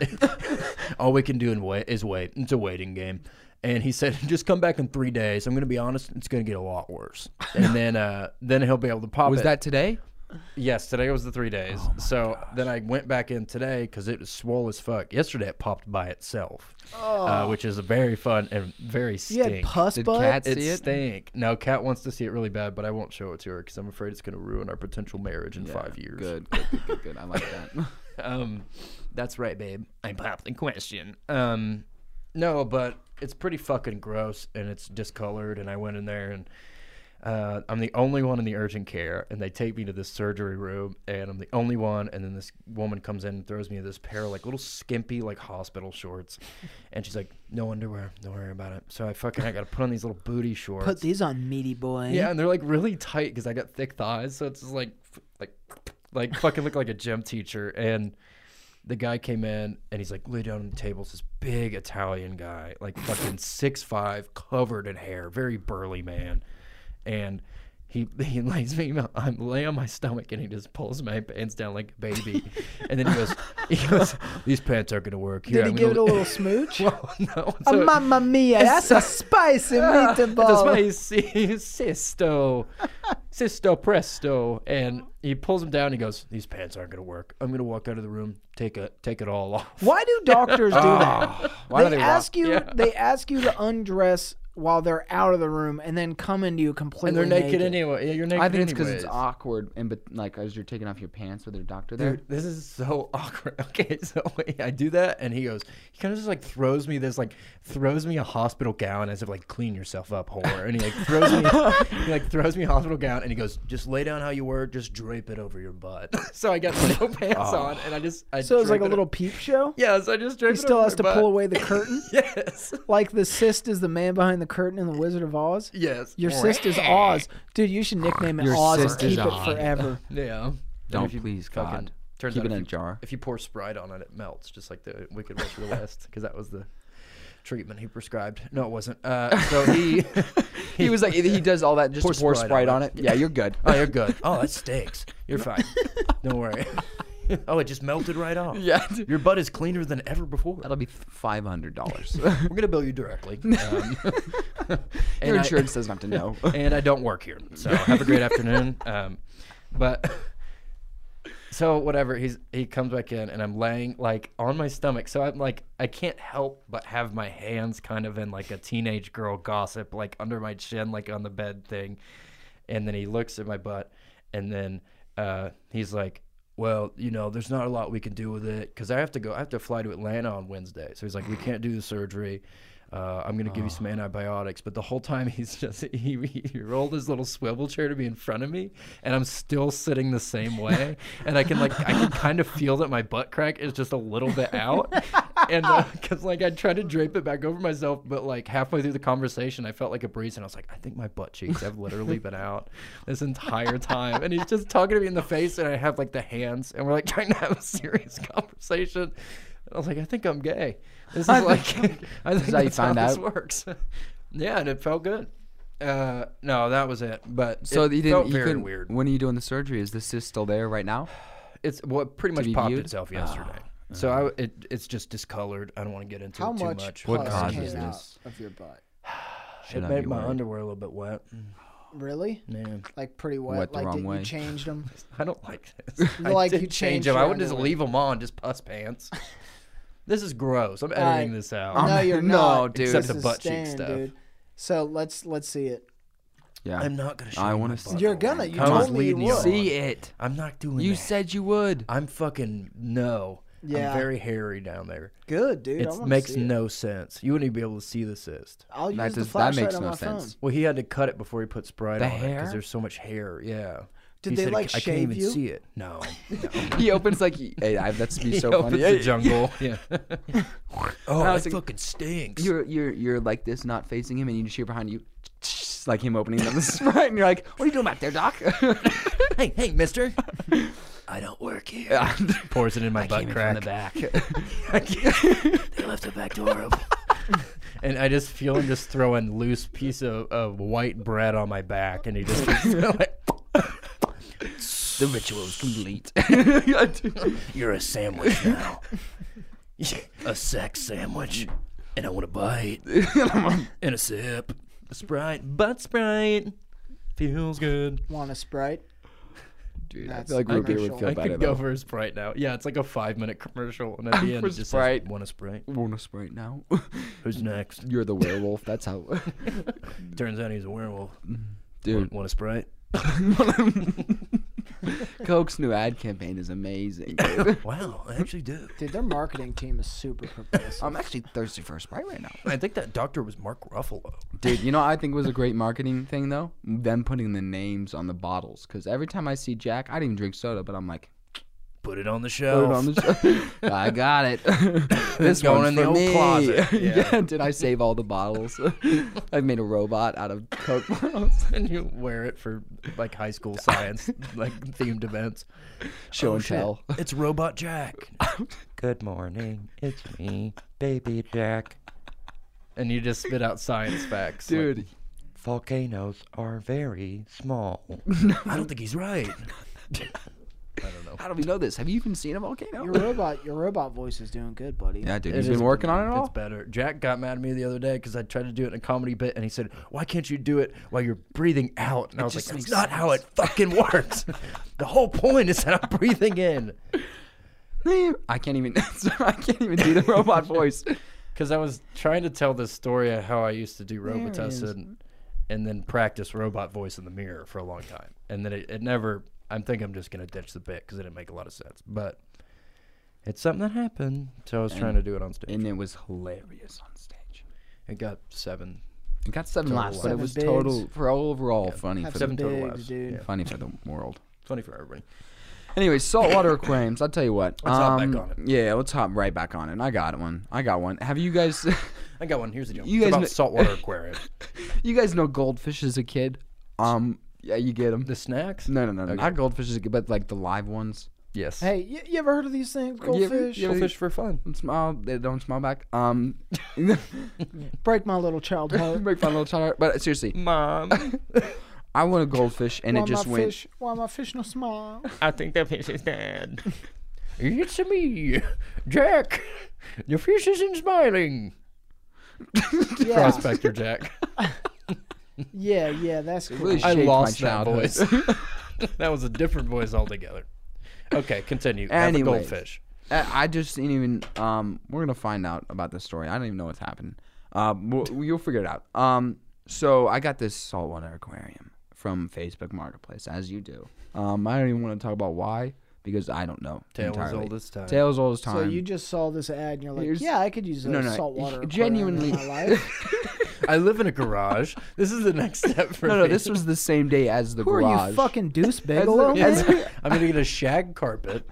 A: all we can do and wait is wait. It's a waiting game." And he said, "Just come back in three days. I'm going to be honest. It's going to get a lot worse, and then uh, then he'll be able to pop
D: Was
A: it."
D: that today?
A: Yes, today was the three days.
B: Oh
A: so then I went back in today because it was swole as fuck. Yesterday it popped by itself, uh, which is very fun and very
B: Oh. You had
A: stink.
B: pus
D: Did
B: butt.
D: cats
A: it
D: see it?
A: stink. Now Kat wants to see it really bad, but I won't show it to her because I'm afraid it's going to ruin our potential marriage in five years.
D: Good, good, good, good, good. I like that.
A: Um, that's right, babe. I popped the question. Um, no, but it's pretty fucking gross and it's discolored. And I went in there and uh, I'm the only one in the urgent care, and they take me to this surgery room, and I'm the only one. And then this woman comes in and throws me this pair of like little skimpy like hospital shorts, and she's like, "No underwear, don't worry about it." So I fucking I gotta put on these little booty shorts.
B: Put these on, meaty boy.
A: Yeah, and they're like really tight because I got thick thighs, so it's just like, f- like, like fucking look like a gym teacher. And the guy came in and he's like, lay down on the table. It's this big Italian guy, like fucking six five, covered in hair, very burly man. And he he lays me, I'm lay on my stomach, and he just pulls my pants down like a baby. and then he goes, he goes, these pants aren't gonna work. Here,
B: Did he
A: I'm
B: give it
A: gonna-
B: a little smooch?
A: Well, no,
B: Oh,
A: so-
B: mamma mia, that's a spicy
A: Ah, That's
B: meatball.
A: why he's Sisto. Sisto presto. And he pulls him down and he goes, These pants aren't gonna work. I'm gonna walk out of the room, take a take it all off.
B: Why do doctors do
A: Ah,
B: that?
D: Why do
B: they
D: they walk-
B: ask you.
A: Yeah.
B: They ask you to undress while they're out of the room, and then come into you completely
A: And they're naked,
B: naked.
A: anyway. Yeah, you're naked.
D: I think it's because it's
A: anyways.
D: awkward, and but like as you're taking off your pants with your doctor there.
A: Dude, this is so awkward. Okay, so I do that, and he goes, he kind of just like throws me this, like throws me a hospital gown as if like clean yourself up, whore. And he like throws me, he like throws me a hospital gown, and he goes, just lay down how you were, just drape it over your butt. so I got no pants on, and I just, I
B: So it's like
A: drape
B: a
A: it-
B: little peep show.
A: Yes, I just drape
B: He
A: it
B: still
A: over
B: has
A: my
B: to
A: butt.
B: pull away the curtain,
A: Yes,
B: like the cyst is the man behind the curtain in the Wizard of Oz.
A: yes.
B: Your cyst is Oz, dude. You should nickname it
D: Your
B: Oz and
D: cyst is
B: keep it
D: Oz.
B: forever.
A: Yeah.
D: Don't,
A: If you
D: please,
A: fucking-
D: God.
A: Turns
D: Keep
A: out
D: it
A: if
D: in a
A: you-
D: jar.
A: If you pour Sprite on it, it melts, just like the Wicked Witch of the West, because that was the treatment he prescribed. No, it wasn't. Uh, so he,
D: He was like, he does all that just
A: Pour
D: to pour
A: Sprite
D: Sprite
A: on
D: on
A: it.
D: it. Yeah, you're good.
A: oh, you're good. Oh, that stinks. You're fine. Don't worry. oh, it just melted right off.
D: yeah, dude.
A: Your butt is cleaner than ever before.
D: that'll be five hundred dollars.
A: We're gonna bill you directly. Um,
D: Your
A: and I-
D: insurance doesn't have to know.
A: and I don't work here. So have a great afternoon. Um, but so whatever, he's he comes back in and I'm laying like on my stomach. So I'm like I can't help but have my hands kind of in like a teenage girl gossip, like under my chin, like on the bed thing. And then he looks at my butt and then uh, he's like well, you know, there's not a lot we can do with it because I have to go. I have to fly to Atlanta on Wednesday. So he's like, we can't do the surgery. Uh, I'm gonna give you some antibiotics, but the whole time he's just he, he rolled his little swivel chair to be in front of me, and I'm still sitting the same way, and I can like I can kind of feel that my butt crack is just a little bit out, and because like I tried to drape it back over myself, but like halfway through the conversation, I felt like a breeze, and I was like, I think my butt cheeks have literally been out this entire time, and he's just talking to me in the face, and I have like the hands, and we're like trying to have a serious conversation. And I was like, I think I'm gay. This is like, I think
D: how you
A: that's
D: find
A: how
D: out.
A: this works. yeah, and it felt good. Uh, no, that was it. But
D: So
A: it
D: you didn't.
A: felt
D: you
A: very
D: couldn't-
A: weird.
D: When are you doing the surgery? Is the cyst still there right now?
A: It's what pretty
D: be
A: much popped
D: viewed? Ah,
A: itself yesterday. So I, it, it's just discolored. I don't want to get into
B: How
A: it too
B: much,
A: much.
D: What
B: pus
D: causes
B: came
D: this?
B: out of your butt?
D: Should
A: It
D: I
A: made
D: be
A: my
D: worried?
A: underwear a little bit wet.
B: Really?
A: Man,
B: Like pretty wet?
D: Wet the
B: like
D: wrong
B: did,
D: way.
B: you changed them?
A: I don't like this.
B: You
A: I
B: like
A: did
B: you
A: change
B: changed
A: them. I
B: your
A: wouldn't just
B: underwear.
A: leave them on, just puss pants. this is gross. I'm
B: right.
A: editing this out.
D: Um,
B: No, you're
D: No,
B: not.
D: dude.
B: This
A: Except the
B: is
A: butt cheek
B: Stan,
A: stuff.
B: Dude. So let's let's see it.
D: Yeah.
A: I'm not gonna. Show
D: I
A: you
D: wanna
A: my
D: see-
A: butt.
B: You're gonna. You
A: Come on,
B: told me you
A: leading you
B: would.
A: on.
D: See it.
A: I'm not doing.
D: You
A: that.
D: said you would.
A: I'm fucking no.
B: Yeah.
A: I'm very hairy down there.
B: Good, dude. I
A: It
B: wanna
A: makes
B: see it.
A: no sense. You wouldn't even be able to see the cyst.
B: I'll use
D: That
B: the
D: does- that
B: flashlight
D: makes
B: on
D: no
B: my phone.
D: sense.
A: Well, he had to cut it before he put Sprite
D: The
A: on it
D: hair?
A: because there's so much hair. Yeah.
B: Did
A: He
B: they,
A: said,
B: like,
A: I can't
B: shave
A: even
B: you?
A: see it. No. no.
D: he opens like. Hey, I, that's be so
A: He
D: funny.
A: opens the jungle. yeah. oh,
D: I
A: that
D: was like-
A: fucking stinks.
D: You're you're you're like this, not facing him, and you just hear behind you, like him opening up the sprite, and you're like, "What are you doing back there, Doc?"
A: hey, hey, Mister. I don't work here. Pours it in my butt crack. I can't- they left the back door open. And I just feel him just throwing loose piece of, of white bread on my back, and he just like,
D: the ritual is complete.
A: "You're a sandwich now, a sex sandwich." And I want to bite and a sip, a Sprite, butt Sprite. Feels good.
B: Want a sprite?
D: Dude, I
B: That's
D: feel like root beer would
B: commercial.
D: feel
A: I
D: better.
A: could go
D: though.
A: for a Sprite now. Yeah, it's like a five minute commercial, and at the end
D: For
A: it just
D: Sprite.
A: says, "Want a Sprite?"
D: Want a sprite now?
A: Who's next?
D: you're the werewolf. That's how.
A: Turns out he's a werewolf.
D: Dude,
A: Want a Sprite?
D: Coke's new ad campaign is amazing. dude.
A: Wow, I actually do.
B: Dude, their marketing team is super progressive.
D: I'm actually thirsty for a sprite right now.
A: I think that doctor was Mark Ruffalo.
D: Dude, you know what I think was a great marketing thing though? Them putting the names on the bottles. Because every time I see Jack, I didn't even drink soda, but I'm like,
A: Put it on the
D: put
A: shelf.
D: it on the shelf. I got it. this
A: It's going
D: one's
A: in the
D: for
A: old
D: me.
A: closet.
D: yeah.
A: Yeah.
D: did I save all the bottles? I've made a robot out of Coke bottles.
A: and you wear it for like high school science, like themed events. Oh,
D: Show and tell.
A: It's Robot Jack. Good morning, it's me, Baby Jack. And you just spit out science facts, like,
D: Dude,
A: volcanoes are very small. I don't think he's right. I don't know.
D: how do we know this? Have you even seen a volcano?
B: your robot, your robot voice is doing good, buddy.
D: yeah, dude,
A: It
D: he's
A: is
D: been working on it
A: It's
D: all.
A: better. Jack got mad at me the other day because I tried to do it in a comedy bit, and he said, "Why can't you do it while you're breathing out?" And I was like,
D: just
A: "That's
D: makes
A: not how it fucking works. the whole point is that I'm breathing in."
D: I can't even. I can't even do the robot voice.
A: Because I was trying to tell this story of how I used to do
D: it is.
A: Robitussin, and then practice robot voice in the mirror for a long time, and then it, it never. I'm think I'm just gonna ditch the bit because it didn't make a lot of sense, but. It's something that happened, so I was trying to do it on stage.
D: And it was hilarious on stage.
A: It got seven,
D: It got seven
A: Total
D: laughs, but
A: laughs.
D: it was
B: Seven
D: total
B: bigs.
D: for overall funny
B: Have
D: for
A: seven
D: the
B: some
A: total
B: bigs,
A: laughs.
B: dude.
A: Yeah,
D: funny for the world.
A: twenty for everybody.
D: Anyway, saltwater aquariums. I'll tell you what. um,
A: Let's hop back on it.
D: Yeah, let's hop right back on it. And I got one. I got one. Have you guys?
A: I got one. Here's the deal.
D: You
A: You it's
D: guys
A: about
D: kn-
A: saltwater aquarium.
D: you guys know goldfish as a kid? Um, yeah, you get them.
A: the snacks?
D: No, no, no, no, not goldfish as a kid, but like the live ones.
A: Yes.
B: Hey, you, you ever heard of these things,
D: You ever-
B: goldfish?
D: you ever-
A: Don't fish for fun.
D: Don't smile. They don't smile back. Um,
B: Break my little child heart.
D: make fun of little child. But seriously,
A: Mom,
D: I want a goldfish, and
B: why
D: it just
B: my
D: went.
B: fish? Why my fish no smile?
A: I think that fish is dead. it's me, Jack. The fish isn't smiling.
B: yeah,
A: Prospector Jack.
B: yeah, yeah. That's cool.
D: really
A: I
D: Shaped my
A: lost that
D: childhood.
A: voice. that was a different voice altogether. Okay, continue. Have a
D: Anyways.
A: goldfish.
D: I I just didn't even. Um, we're gonna find out about this story. I don't even know what's happened. Um, we'll, you'll figure it out. Um, so I got this saltwater aquarium from Facebook Marketplace, as you do. Um, I don't even want to talk about why because I don't know.
A: Tale as
D: entirely.
A: old as time.
D: Tales all this time.
B: So you just saw this ad and you're like,
D: Here's-
B: yeah, I could use a
D: No, no,
B: salt water.
D: genuinely-
B: in my life.
A: I live in a garage. This is the next step for
D: no, no,
A: me.
D: this was the same day as the
B: Who
D: garage.
B: are you, fucking Deuce
D: As the-
B: Bigelow?
D: as
B: man?
D: the-
A: I'm gonna get a shag carpet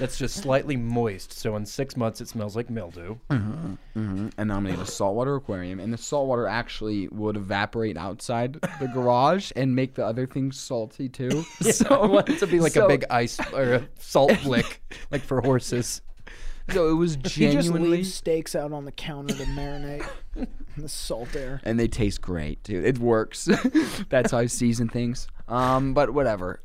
A: that's just slightly moist, so in six months it smells like mildew.
D: Mhm, and I'm gonna get a saltwater aquarium, and the saltwater actually would evaporate outside the garage and make the other things salty too.
A: So I want it to be like
D: so-
A: a big ice or a salt lick, like for horses.
D: So it was
B: He just
D: genuinely,
B: leaves steaks out on the counter to marinate in the salt air.
D: and they taste great, dude. It works. That's how I season things. Um, but whatever,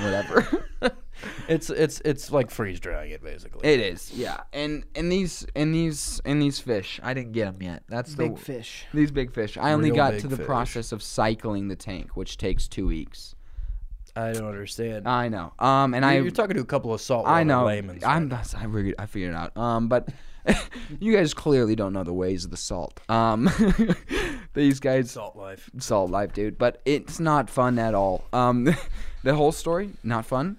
D: whatever.
A: It's it's it's like freeze drying it basically.
D: it is, yeah. And and these and these and these fish, I didn't get them yet. That's the
B: Big fish.
D: These big fish. I only
A: Real
D: got
A: big
D: to the
A: fish.
D: process of cycling the tank, which takes two weeks.
A: I don't understand.
D: I know. Um, and
A: You-
D: I
A: you're talking to a couple of saltwater
D: I know.
A: laymen.
D: I'm that's I figured I figured it out. Um, but you guys clearly don't know the ways of the salt. Um, these guys
A: salt life.
D: salt life, dude. But it's not fun at all. Um, the whole story not fun.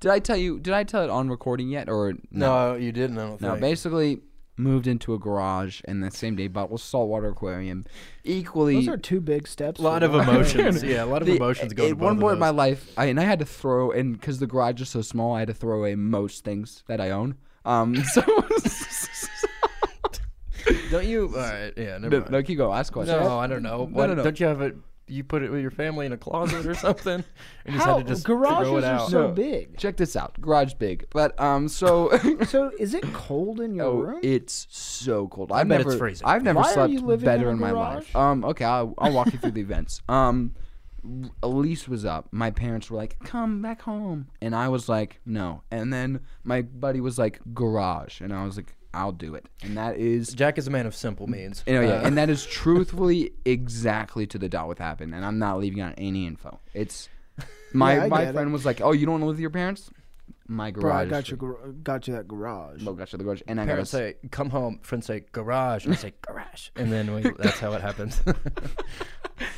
D: did I tell you? Did I tell it on recording yet or
A: No, you didn't. I don't
D: No,
A: think.
D: basically moved into a garage and the same day bought a saltwater aquarium. Equally,
B: Those are two big steps.
A: a lot of emotions. yeah, a lot of
D: the-
A: emotions go.
D: at
A: to both
D: one
A: of
D: point in my
A: those.
D: life, I, and I had to throw, and because the garage is so small, I had to throw away most things that I own. Um, so
A: Don't you? All right. Yeah. Never
D: no,
A: mind.
D: no, keep going. Ask question.
A: No, I don't know.
D: No,
A: Why,
D: no, no.
A: Don't you have it? You put it with your family in a closet or something, and you just
B: How?
A: had to just throw
B: Garages
A: it
B: are
A: out.
B: so
D: No.
B: big.
D: Check this out. Garage big, but um, so
B: So is it cold in your
D: oh,
B: room?
D: it's so cold. I've
A: bet
D: never,
A: it's freezing.
D: I've never
B: Why are
D: slept
B: you living
D: better
B: in
D: in,
B: a
D: my
B: garage?
D: life. Um, okay, I'll, I'll walk you through the events. Um, Elise was up. My parents were like, "Come back home," and I was like, "No." And then my buddy was like, "Garage," and I was like, "I'll do it." And that is
A: Jack is a man of simple means.
D: You know, yeah,
A: Uh,
D: and that is truthfully exactly to the dot what happened, and I'm not leaving out any info. It's my
B: Yeah, I
D: my
B: get
D: friend was like, "Oh, you don't live with your parents? My garage."
B: Bro, I
D: is
B: got you,
D: free."
B: gar- got you that garage.
D: Oh, gotcha, the garage, and I got
A: parents
D: us.
A: say, "Come home." Friends say, "Garage," and I say, "Garage," and then we, that's how it happens.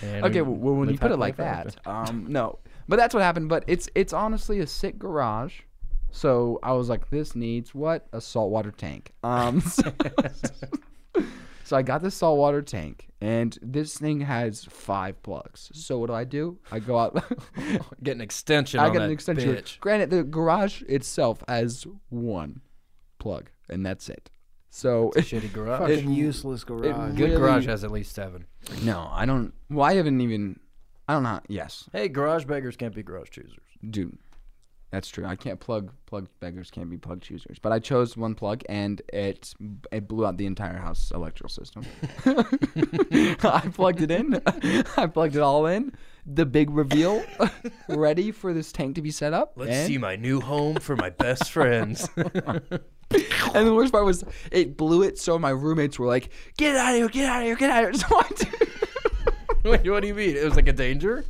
A: And
D: Okay,
A: we
D: well, well when you
A: live
D: put it
A: happily
D: like
A: ever after.
D: that, um, no, but that's what happened. But it's it's honestly a sick garage. So I was like, this needs what a saltwater tank. Um, so, so I got this saltwater tank, and this thing has five plugs. So what do I do? I go out.
A: get an extension.
D: I
A: on
D: got
A: that
D: an extension.
A: bitch.
D: Granted, the garage itself has one plug, and that's it. So
A: Shitty garage.
B: Fucking useless garage.
A: Good
D: really-
A: garage has at least seven.
D: no, I don't. Well, I haven't even. I don't know. Yes,
A: Hey, garage beggars can't be garage choosers.
D: dude, that's true. I can't plug plug beggars can't be plug choosers. But I chose one plug, and it it blew out the entire house electrical system. I plugged it in. I plugged it all in. The big reveal, ready for this tank to be set up.
A: Let's
D: and-
A: see my new home for my best friends.
D: And the worst part was it blew it so my roommates were like, get out of here, get out of here, get out of here. So I did-
A: Wait, what do you mean? It was like a danger?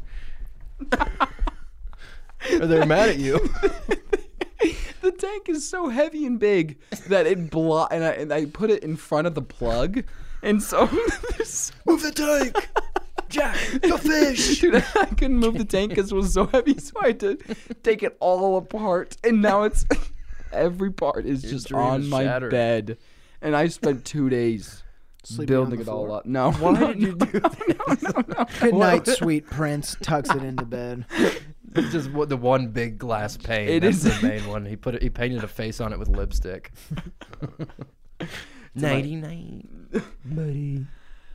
A: or they're mad at you.
D: the tank is so heavy and big that it blo- and I, and I put it in front of the plug. And so there's
A: Move the tank! Jack, the fish!
D: Dude, I couldn't move the tank because it was so heavy, so I had to take it all apart. And now it's every part is just
A: dream
D: on
A: is
D: my
A: shattered.
D: bed. And I spent two days
B: Sleeping on
D: building
B: the
D: it all
B: floor?
D: up. No,
A: Why
D: no,
A: did you do
D: no, no, no.
B: Good night, sweet prince. Tucks it into bed.
A: It's just what- the one big glass pane.
D: It
A: It is
D: is.
A: the main one. He put it, he painted a face on it with lipstick. Ninety nine, buddy.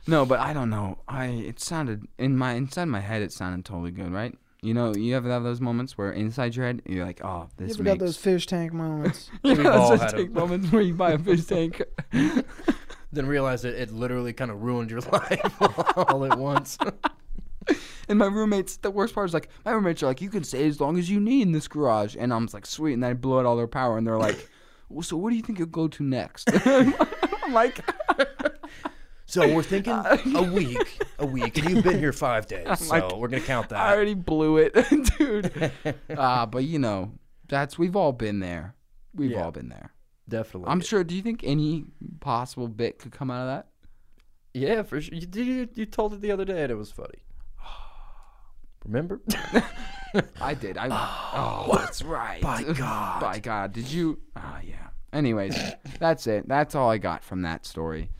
D: No, but I don't know. I it sounded in my inside my head. It sounded totally good, right? You know, you ever have those moments where inside your head you're like, "Oh,
B: You
D: this
B: ever
D: makes."
B: got those fish tank moments?
D: Yeah,
A: We've
D: those
A: all
D: just
A: had 'em.
D: take moments where you buy a fish tank.
A: Then realized that it literally kind of ruined your life all at once.
D: and my roommates, the worst part is like my roommates are like, "You can stay as long as you need in this garage," and I'm just like, "Sweet," and I blow out all their power, and they're like, well, "So what do you think you'll go to next?" I'm like,
A: So we're thinking a week, a week, and you've been here five days, so
D: like,
A: we're gonna count
D: I
A: that.
D: already blew it, dude. Ah, but you know, that's we've all been there. We've
A: Yeah.
D: all been there.
A: Definitely.
D: I'm sure. Do you think any possible bit could come out of that?
A: Yeah, for sure. You, did- you, you told it the other day and it was funny. Remember?
D: I did. I. Oh, that's right. By God. By God. Did you? Ah, yeah. Anyways, that's it. That's all I got from that story.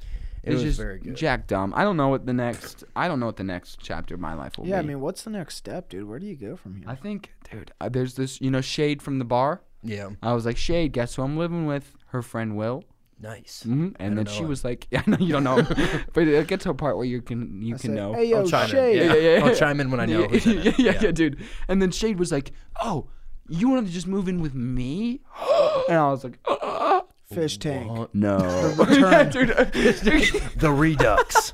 A: It
D: it's
A: was
D: just
A: very good.
D: Jack dumb. I don't know what the next. I don't know what the next chapter of my life will
B: yeah, I
D: be.
B: mean, what's the next step, dude? Where do you go from here?
D: I think, dude. Uh, there's this. You know, Shade from the bar.
A: yeah.
D: I was like, Shade, guess who I'm living with? Her friend Will.
A: Nice.
D: hmm And then
A: know
D: she
A: it.
D: was like, Yeah, I know you don't know, him. but it gets to a part where you can you
B: I
D: can
B: say,
D: know.
B: Hey, yo,
A: I'll chime
B: Shade.
A: in. Yeah.
D: Yeah, yeah, yeah.
A: I'll chime in when I know
D: yeah,
A: who's in
D: yeah,
A: it.
D: yeah, yeah, dude. And then Shade was like, "Oh, you wanted to just move in with me? And I was like, "Uh,
B: Fish tank.
A: Wa-
D: no. Yeah,
B: Return.
D: dude, uh,
A: the redux.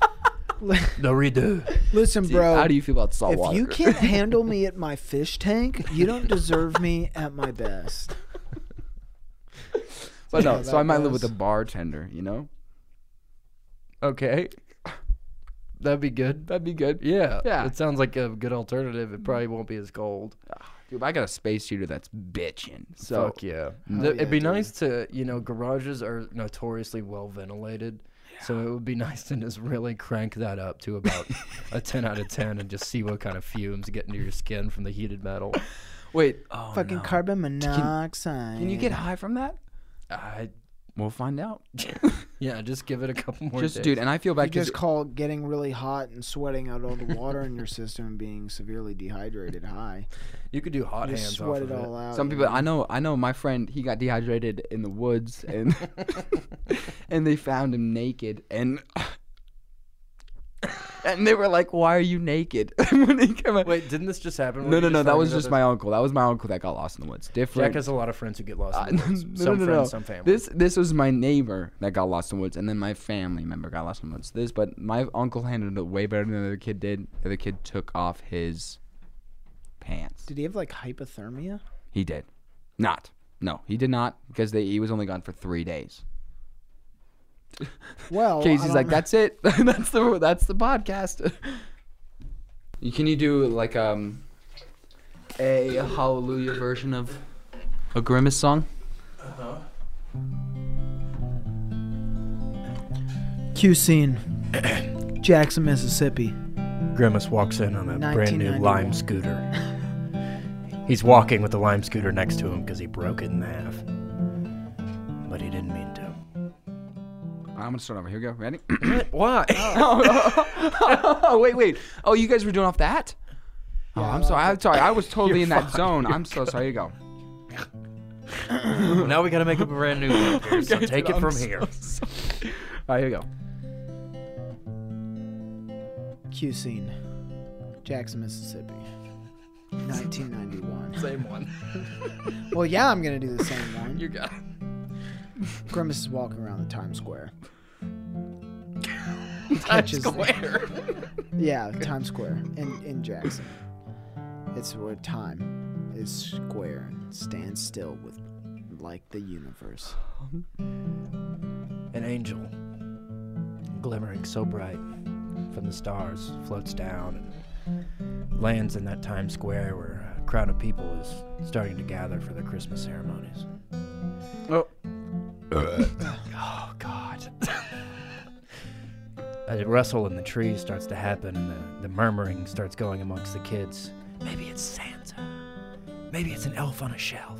A: the redo.
B: Listen, bro.
D: How do you feel about salt
B: if
D: water?
B: you can't handle me at my fish tank, you don't deserve me at my best.
D: but no,
B: Yeah,
D: so I
B: that
D: might live
B: was-
D: with a bartender, you know?
A: Okay. That'd be good.
D: That'd be good.
A: Yeah.
D: Yeah.
A: It sounds like a good alternative. It probably won't be as cold.
D: Dude, I got a space heater that's bitching. So
A: Fuck yeah.
B: Hell
A: Th-
B: yeah,
A: it'd be
B: dude.
A: nice to, you know, garages are notoriously well ventilated. So it would be nice to just really crank that up to about a 10 out of 10 and just see what kind of fumes get into your skin from the heated metal.
D: wait, oh,
B: Fucking
D: no.
B: carbon monoxide.
D: Can you get high from that?
A: I
D: We'll find out.
A: yeah, just give it a couple more
D: Just
A: days.
D: dude, and I feel
B: You
D: bad because
B: just call getting really hot and sweating out all the water in your system and being severely dehydrated high.
A: You could do hot
B: You
A: hands
B: sweat
A: off
B: it
A: of it.
B: all out.
D: some
B: you
D: people
B: know?
D: I know I know my friend he got dehydrated in the woods and and they found him naked and and they were like, "Why are you naked?" when he came out.
A: Wait, didn't this just happen? Were
D: no,
A: you
D: no, no. That
A: talking
D: was
A: about
D: just
A: this?
D: my uncle. That was my uncle that got lost in the woods.
A: Jack
D: Different.
A: has a lot of friends who get lost.
D: Uh,
A: In the woods.
D: no,
A: some
D: no, no,
A: friends,
D: no.
A: some family.
D: This this was my neighbor that got lost in the woods, and then my family member got lost in the woods. This, but my uncle handled it way better than the other kid did. The other kid took off his pants.
B: Did he have like hypothermia?
D: He did not. No, he did not because they, he was only gone for three days.
B: Well, Oh, I
D: Casey's like,
B: don't-
D: that's it. that's the that's the podcast. You- Can you do like um a hallelujah version of a grimace song?
B: Q scene, Jackson, Mississippi.
A: Grimace walks in on a brand new
B: 1991.
A: lime scooter. He's walking with the lime scooter next to him because he broke it in half. But he didn't mean to.
D: I'm gonna start over. Here we go. Ready?
A: Why?
D: oh, wait, wait. Oh, you guys were doing off that? Oh, I'm sorry. I'm sorry. I was totally in that zone. I'm so sorry. Here you go.
A: now we gotta make up a brand new one. Here, so
D: Okay,
A: take it
D: dude, I'm
A: from
D: so
A: here.
D: sorry. All right, here you go.
B: Q scene, Jackson, Mississippi. 1991.
A: Same one.
B: Well, yeah, I'm gonna do the same one.
A: You got it.
B: Grimace is walking around the Times Square.
A: Times
B: Catches-
A: Square.
B: Yeah, Times Square in, in Jackson. It's where time is square and stands still with like the universe.
A: An angel, glimmering so bright from the stars, floats down and lands in that Times Square where a crowd of people is starting to gather for their Christmas ceremonies.
D: Oh.
A: Oh, God. A rustle in the trees starts to happen, and the, the murmuring starts going amongst the kids. Maybe it's Santa. Maybe it's an elf on a shelf.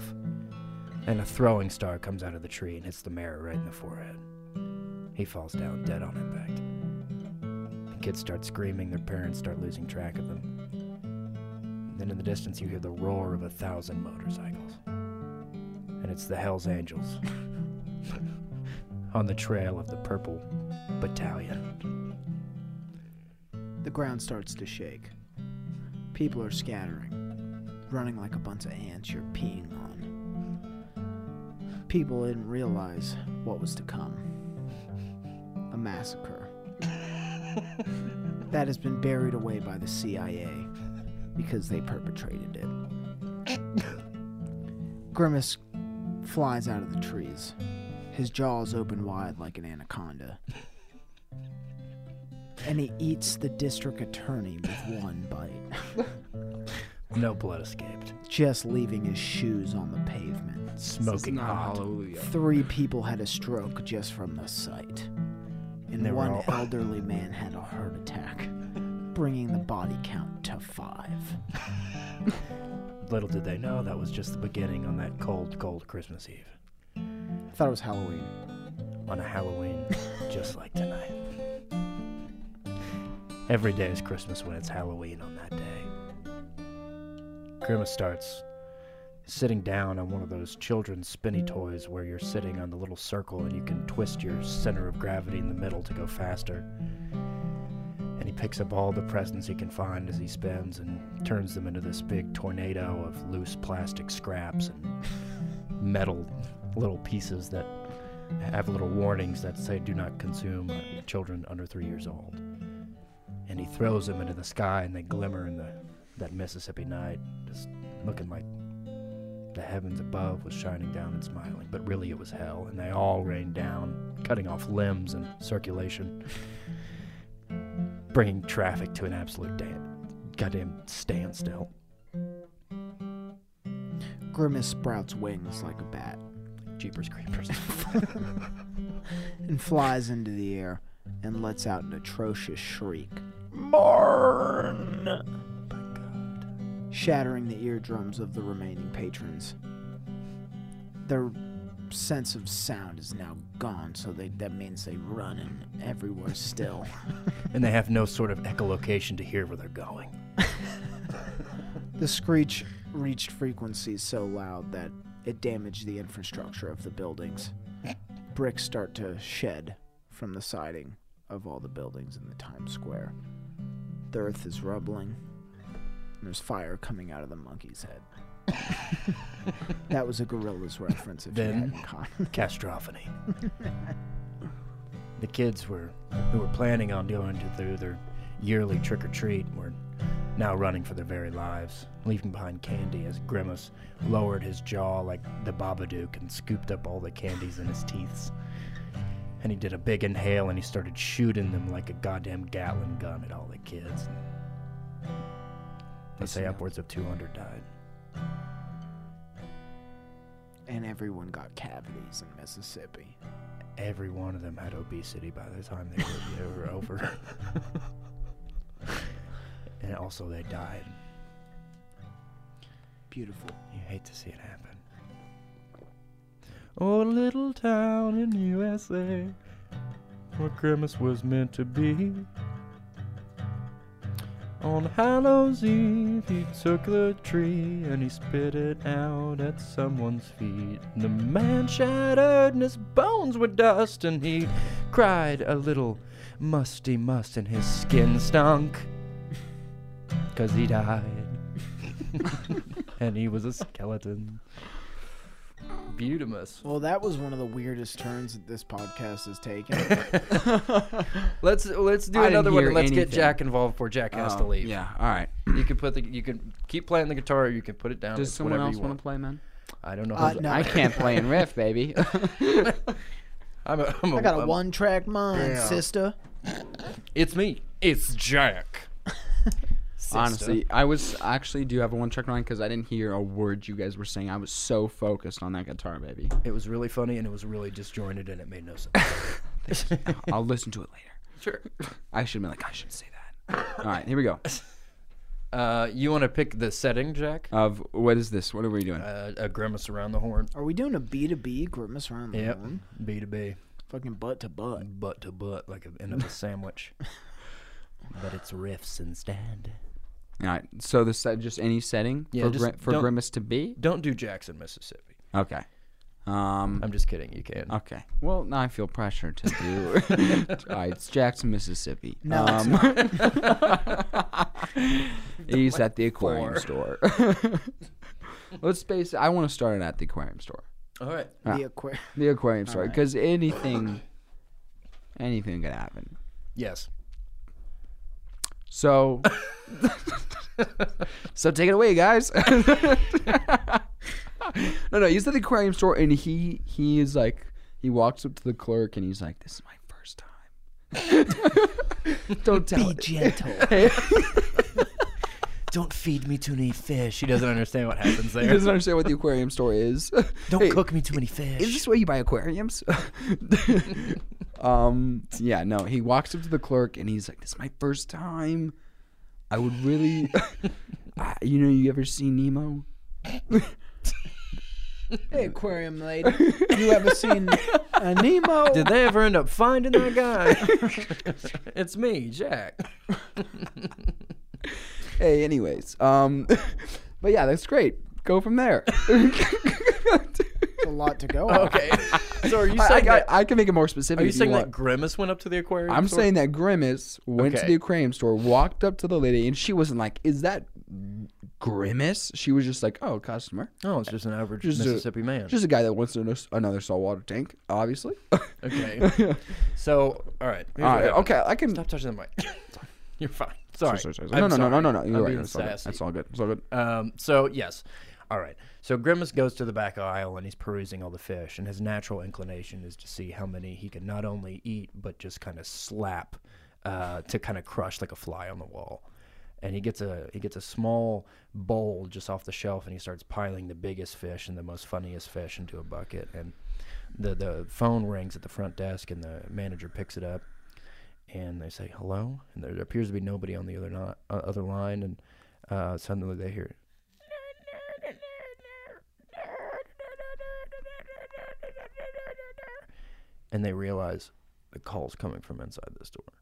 A: And a throwing star comes out of the tree and hits the mayor right in the forehead. He falls down dead on impact. The kids start screaming, their parents start losing track of them. Then in the distance, you hear the roar of a thousand motorcycles. And it's the Hells Angels on the trail of the Purple Battalion.
B: The ground starts to shake. People are scattering, running like a bunch of ants you're peeing on. People didn't realize what was to come a massacre that has been buried away by the CIA because they perpetrated it. Grimace flies out of the trees, his jaws open wide like an anaconda and he eats the district attorney with one bite,
A: No blood escaped.
B: just leaving his shoes on the pavement.
D: It's
A: Smoking
D: not
A: hot.
D: hallelujah.
B: Three people had a stroke just from the sight, and
A: They were
B: one
A: all-
B: elderly man had a heart attack, bringing the body count to five.
A: Little did they know that was just the beginning on that cold, cold Christmas Eve.
B: I thought it was Halloween.
A: On a Halloween just like tonight. Every day is Christmas when it's Halloween on that day. Grimace starts sitting down on one of those children's spinny toys where you're sitting on the little circle and you can twist your center of gravity in the middle to go faster. and he picks up all the presents he can find as he spins and turns them into this big tornado of loose plastic scraps and metal little pieces that have little warnings that say do not consume uh, children under three years old. And he throws them into the sky and they glimmer in the that Mississippi night, just looking like the heavens above was shining down and smiling, but really it was hell, and they all rained down, cutting off limbs and circulation, bringing traffic to an absolute da- goddamn standstill.
B: Grimace sprouts wings like a bat
A: Jeepers creepers.
B: and flies into the air and lets out an atrocious shriek,
A: Marn!
B: shattering the eardrums of the remaining patrons. Their sense of sound is now gone, so they, that means they run in everywhere still.
A: And they have no sort of echolocation to hear where they're going.
B: The screech reached frequencies so loud that it damaged the infrastructure of the buildings. Bricks start to shed from the siding of all the buildings in the Times Square. The earth is rumbling. and There's fire coming out of the monkey's head. that was a gorilla's reference, if
A: Then-
B: you hadn't caught.
A: Castrophony. the kids were who were planning on going to do their yearly trick or treat were now running for their very lives, leaving behind candy as Grimace lowered his jaw like the Babadook and scooped up all the candies in his teeth. And he did a big inhale and he started shooting them like a goddamn Gatlin gun at all the kids. They say upwards of 200 died.
B: and everyone got cavities in Mississippi.
A: every one of them had obesity by the time they were, they were over. and also, they died.
B: Beautiful.
A: You hate to see it happen. Oh, little town in USA, where Grimace was meant to be. On Hallow's Eve, he took the tree and he spit it out at someone's feet. The man shattered and his bones were dust, and he cried a little musty must, and his skin stunk. Cause he died and he was a skeleton. Beautimus.
B: Well, that was one of the weirdest turns that this podcast has taken.
A: Let's let's do
D: I didn't
A: another one.
D: hear
A: and Let's get
D: anything.
A: Jack involved before Jack has to
D: Oh,
A: leave.
D: Yeah. All right.
A: You can put the you can keep playing the guitar. or You can put it down.
D: Does
A: it's
D: someone
A: whatever
D: else
A: you
D: want to play, man?
A: I don't know.
B: Uh,
A: who's-
B: no.
D: I can't play in riff, baby.
A: I'm a, I'm a,
B: I got a
A: I'm-
B: one track mind,
A: Yeah.
B: sister.
A: It's me. It's Jack. Sister.
D: Honestly, I was actually do have a one track mind because I didn't hear a word you guys were saying. I was so focused on that guitar, baby.
A: it was really funny and it was really disjointed and it made no sense.
D: I'll listen to it later.
A: sure.
D: I should have been like, I shouldn't say that. All right, here we go.
A: Uh, you want to pick the setting, Jack?
D: Of what is this? What are we doing?
A: Uh, a grimace around the horn.
B: Are we doing a B2B grimace around the
A: Yep.
B: horn?
A: B to B.
B: Fucking butt to butt.
A: butt to butt like an end of a sandwich. but it's riffs instead.
D: All right, so this set just any setting
A: Yeah,
D: for,
A: just
D: Gri- for
A: don't-
D: grimace to be.
A: Don't do Jackson, Mississippi.
D: Okay. Um.
A: I'm just kidding. You can.
D: Okay. Well, now I feel pressure to do. All right, it's Jackson, Mississippi.
B: No, it's
D: um, he's at the aquarium store. Let's base. I want to start it at the aquarium store.
A: All right.
D: Ah.
B: The aquarium.
D: The aquarium store,
B: right.
D: because anything, anything could happen.
A: Yes.
D: So, so take it away, guys. no, no, he's at the aquarium store, and he he is like he walks up to the clerk, and he's like, "This is my first time. Don't tell
B: Be
D: it."
B: gentle.
A: Don't feed me too many fish. He doesn't understand what happens
D: He
A: there.
D: doesn't understand what the aquarium store is.
A: Don't
D: Hey,
A: cook me too many fish.
D: Is this where you buy aquariums? um, yeah, no. He walks up to the clerk and he's like, "This is my first time. I would really, I- you know, you ever seen Nemo?
B: hey, aquarium lady. You ever seen a Nemo?
A: Did they ever end up finding that guy? it's me, Jack.
D: Hey, anyways, um, but yeah, that's great. Go from there.
B: a lot to go. on.
A: Okay. So are you
D: I, I,
A: saying that,
D: I, I can make it more specific.
A: are you
D: if
A: saying
D: want.
A: that Grimace went up to the aquarium?
D: I'm
A: store?
D: saying that Grimace went to
A: Okay.
D: the aquarium store, walked up to the lady, and she wasn't like, "Is that Grimace?" She was just like, "Oh, customer,
A: Oh, it's just an average
D: Just a-
A: Mississippi man.
D: just a guy that wants ano- another saltwater tank, obviously."
A: Okay. So, all right. Here's
D: All
A: what
D: right,
A: happened.
D: okay, I can.
A: Stop touching the mic. You're fine. Sorry.
D: Sorry, sorry, sorry.
A: I'm
D: No, no, no,
A: sorry.
D: no, no, no. You're
A: I'm
D: right.
A: being
D: It's all, good.
A: sassy.
D: it's all good. It's all good.
A: Um, so yes, all right. So Grimace goes to the back aisle and he's perusing all the fish, and his natural inclination is to see how many he can not only eat but just kind of slap uh, to kind of crush like a fly on the wall. And he gets a he gets a small bowl just off the shelf, and he starts piling the biggest fish and the most funniest fish into a bucket. And the the phone rings at the front desk, and the manager picks it up, and they say hello, and there appears to be nobody on the other not, uh, other line, and uh, suddenly they hear and they realize the call's coming from inside this door.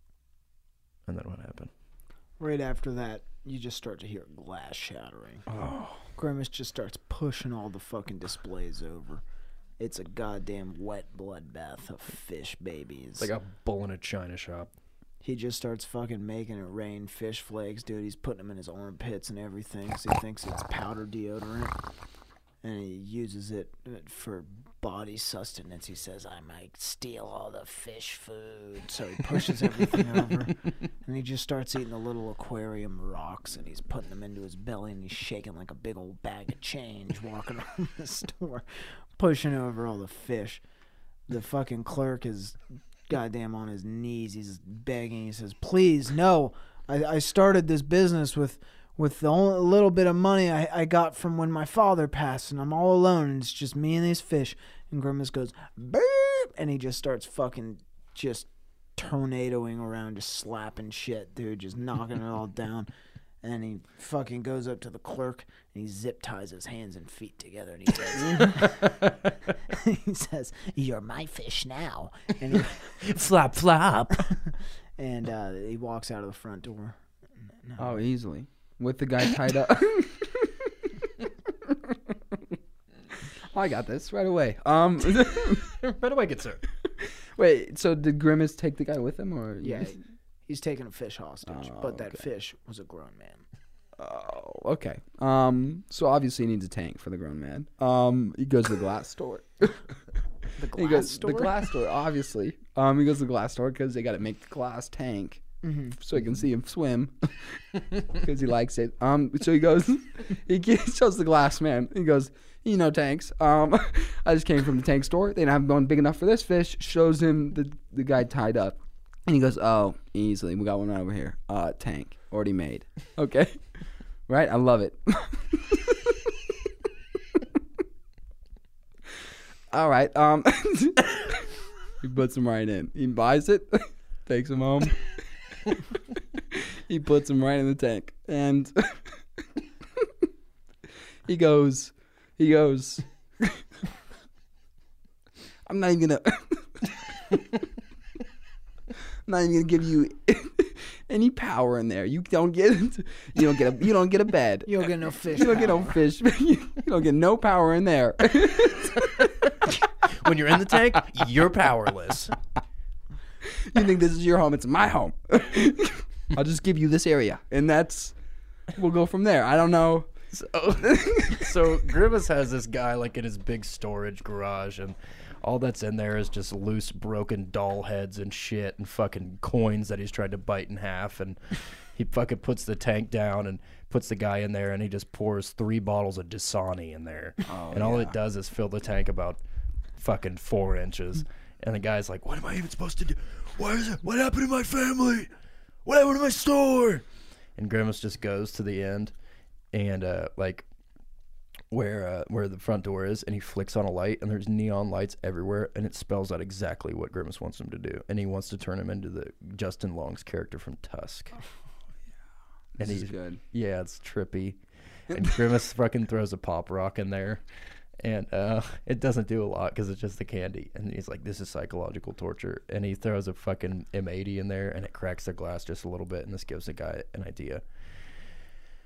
A: And then what happened?
B: Right after that, you just start to hear glass shattering.
A: Oh.
B: Grimace just starts pushing all the fucking displays over. It's a goddamn wet bloodbath of fish babies.
A: It's like a bull in a china shop.
B: he just starts fucking making it rain fish flakes, dude. He's putting them in his armpits and everything 'cause he thinks it's powder deodorant. And he uses it uh, for body sustenance. He says, I might steal all the fish food. So he pushes everything over. And he just starts eating the little aquarium rocks and he's putting them into his belly and he's shaking like a big old bag of change walking around the store, pushing over all the fish. The fucking clerk is goddamn on his knees. He's begging. He says, "Please, no. I, I started this business with with the only little bit of money I, I got from when my father passed, and I'm all alone, and it's just me and these fish." And Grimace goes, "Boop," and he just starts fucking just tornadoing around, just slapping shit, dude, just knocking it all down. And he fucking goes up to the clerk and he zip ties his hands and feet together and he says, he says, "You're my fish now." And he,
A: flap flap.
B: and uh, he walks out of the front door.
D: Oh, easily with the guy tied up. I got this right away. Um,
A: By the way, good sir.
D: wait. So did Grimace take the guy with him, or
B: Yeah, he's taking a fish hostage,
D: Oh,
B: but that
D: okay.
B: fish was a grown man.
D: Oh, okay. Um, so obviously he needs a tank for the grown man. Um, he goes to the glass store.
B: The
D: he
B: glass
D: goes
B: door.
D: the glass store, obviously. Um, he goes to the glass store because they got to make the glass tank
B: Mm-hmm.
D: so he can see him swim because he likes it. Um, so he goes, he gets- shows the glass man. He goes, you know tanks. Um, I just came from the tank store. They don't have one big enough for this fish. Shows him the the guy tied up, and he goes, oh, easily we got one over here. Uh, tank already made. Okay, right? I love it. All right. Um, he puts him right in. He buys it, takes him home. he puts him right in the tank, and he goes, he goes. I'm not even gonna. I'm not even gonna give you any power in there. You don't get. You don't get a. You don't get a bed.
B: You don't get no fish.
D: You don't get no
B: power.
D: fish. You don't get no power in there.
A: When you're in the tank, you're powerless.
D: you think this is your home? It's my home. I'll just give you this area, and that's we'll go from there. I don't know.
A: So, so Grimace has this guy like in his big storage garage, and all that's in there is just loose, broken doll heads and shit, and fucking coins that he's tried to bite in half. And he fucking puts the tank down and puts the guy in there, and he just pours three bottles of Dasani in there, and all it does is fill the tank about fucking four inches. And the guy's like, "What am I even supposed to do? Why is it? What happened to my family? What happened to my store?" And Grimace just goes to the end, and uh, like where uh, where the front door is, and he flicks on a light, and there's neon lights everywhere, and it spells out exactly what Grimace wants him to do, and he wants to turn him into the Justin Long's character from Tusk. And
D: This
A: he's
D: is good.
A: yeah, it's trippy. And Grimace fucking throws a pop rock in there. And uh, it doesn't do a lot because it's just the candy. And he's like, this is psychological torture. And he throws a fucking M80 in there and it cracks the glass just a little bit. And this gives the guy an idea.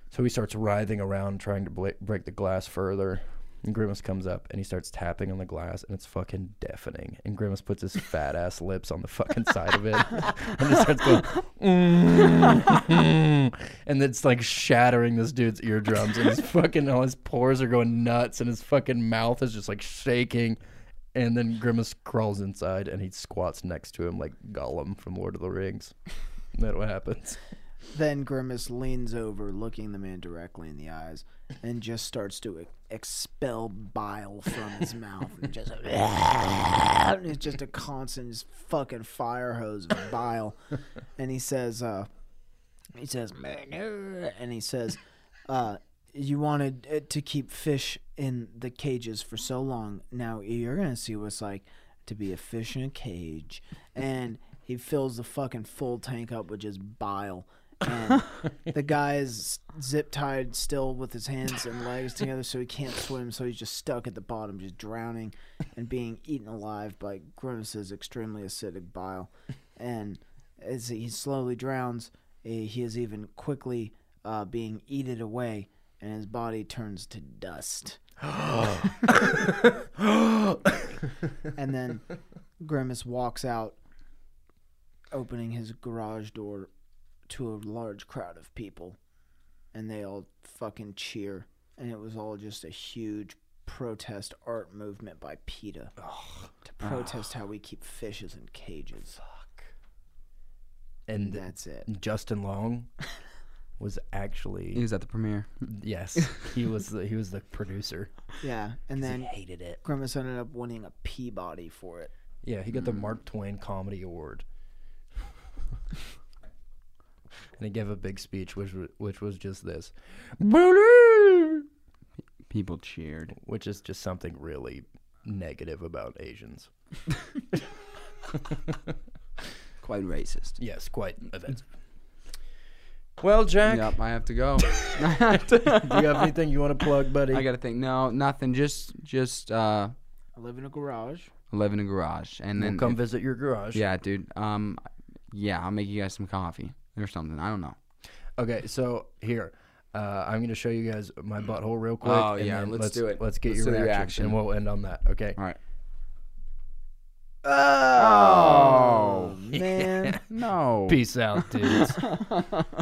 A: So he starts writhing around trying to bla break the glass further. And Grimace comes up and he starts tapping on the glass and it's fucking deafening. And Grimace puts his fat ass lips on the fucking side of it and just starts going, mm, mm," and it's like shattering this dude's eardrums and his fucking all his pores are going nuts and his fucking mouth is just like shaking. And then Grimace crawls inside and he squats next to him like Gollum from Lord of the Rings. That what happens.
B: Then Grimace leans over, looking the man directly in the eyes, and just starts to ex- expel bile from his mouth. And just, and it's just a constant just fucking fire hose of bile. And he says, uh, he says, "Manure," and he says, uh, you wanted uh, to keep fish in the cages for so long. Now you're going to see what it's like to be a fish in a cage. And he fills the fucking full tank up with just bile. And the guy is zip tied still with his hands and legs together so he can't swim. So he's just stuck at the bottom, just drowning and being eaten alive by Grimace's extremely acidic bile. And as he slowly drowns, eh, he is even quickly uh, being eaten away, and his body turns to dust. and then Grimace walks out, opening his garage door to a large crowd of people, and they all fucking cheer. And it was all just a huge protest art movement by PETA to protest how we keep fishes in cages.
A: And
B: That's it.
A: Justin Long was actually
D: He was at the premiere.
A: yes, he was the, he was the producer.
B: Yeah, and then
A: hated it.
B: Grimace ended up winning a Peabody for it.
A: Yeah, he got
D: Hmm.
A: the Mark Twain Comedy Award. and he gave a big speech, which wa- which was just this, "Bully!"
D: People cheered.
A: which is just something really negative about Asians.
D: Quite racist.
A: Yes, quite offensive. Well, Jack,
D: Yep, I have to go.
A: do you have anything you want to plug, buddy?
D: I gotta think. No, nothing. Just just uh,
B: I live in a garage.
D: live in a garage, and
A: We'll
D: then
A: come visit your garage.
D: yeah, dude. Um, yeah, I'll make you guys some coffee or something. I don't know.
A: Okay, so here, uh, I'm gonna show you guys my butthole real quick.
D: Oh,
A: and
D: yeah,
A: then
D: let's do it.
A: Let's get
D: Let's
A: your
D: do the
A: reaction,
D: reaction.
A: and we'll end on that. Okay.
D: All right.
B: Oh, man.
D: No.
B: Oh,
D: Oh,
A: Peace out, dudes.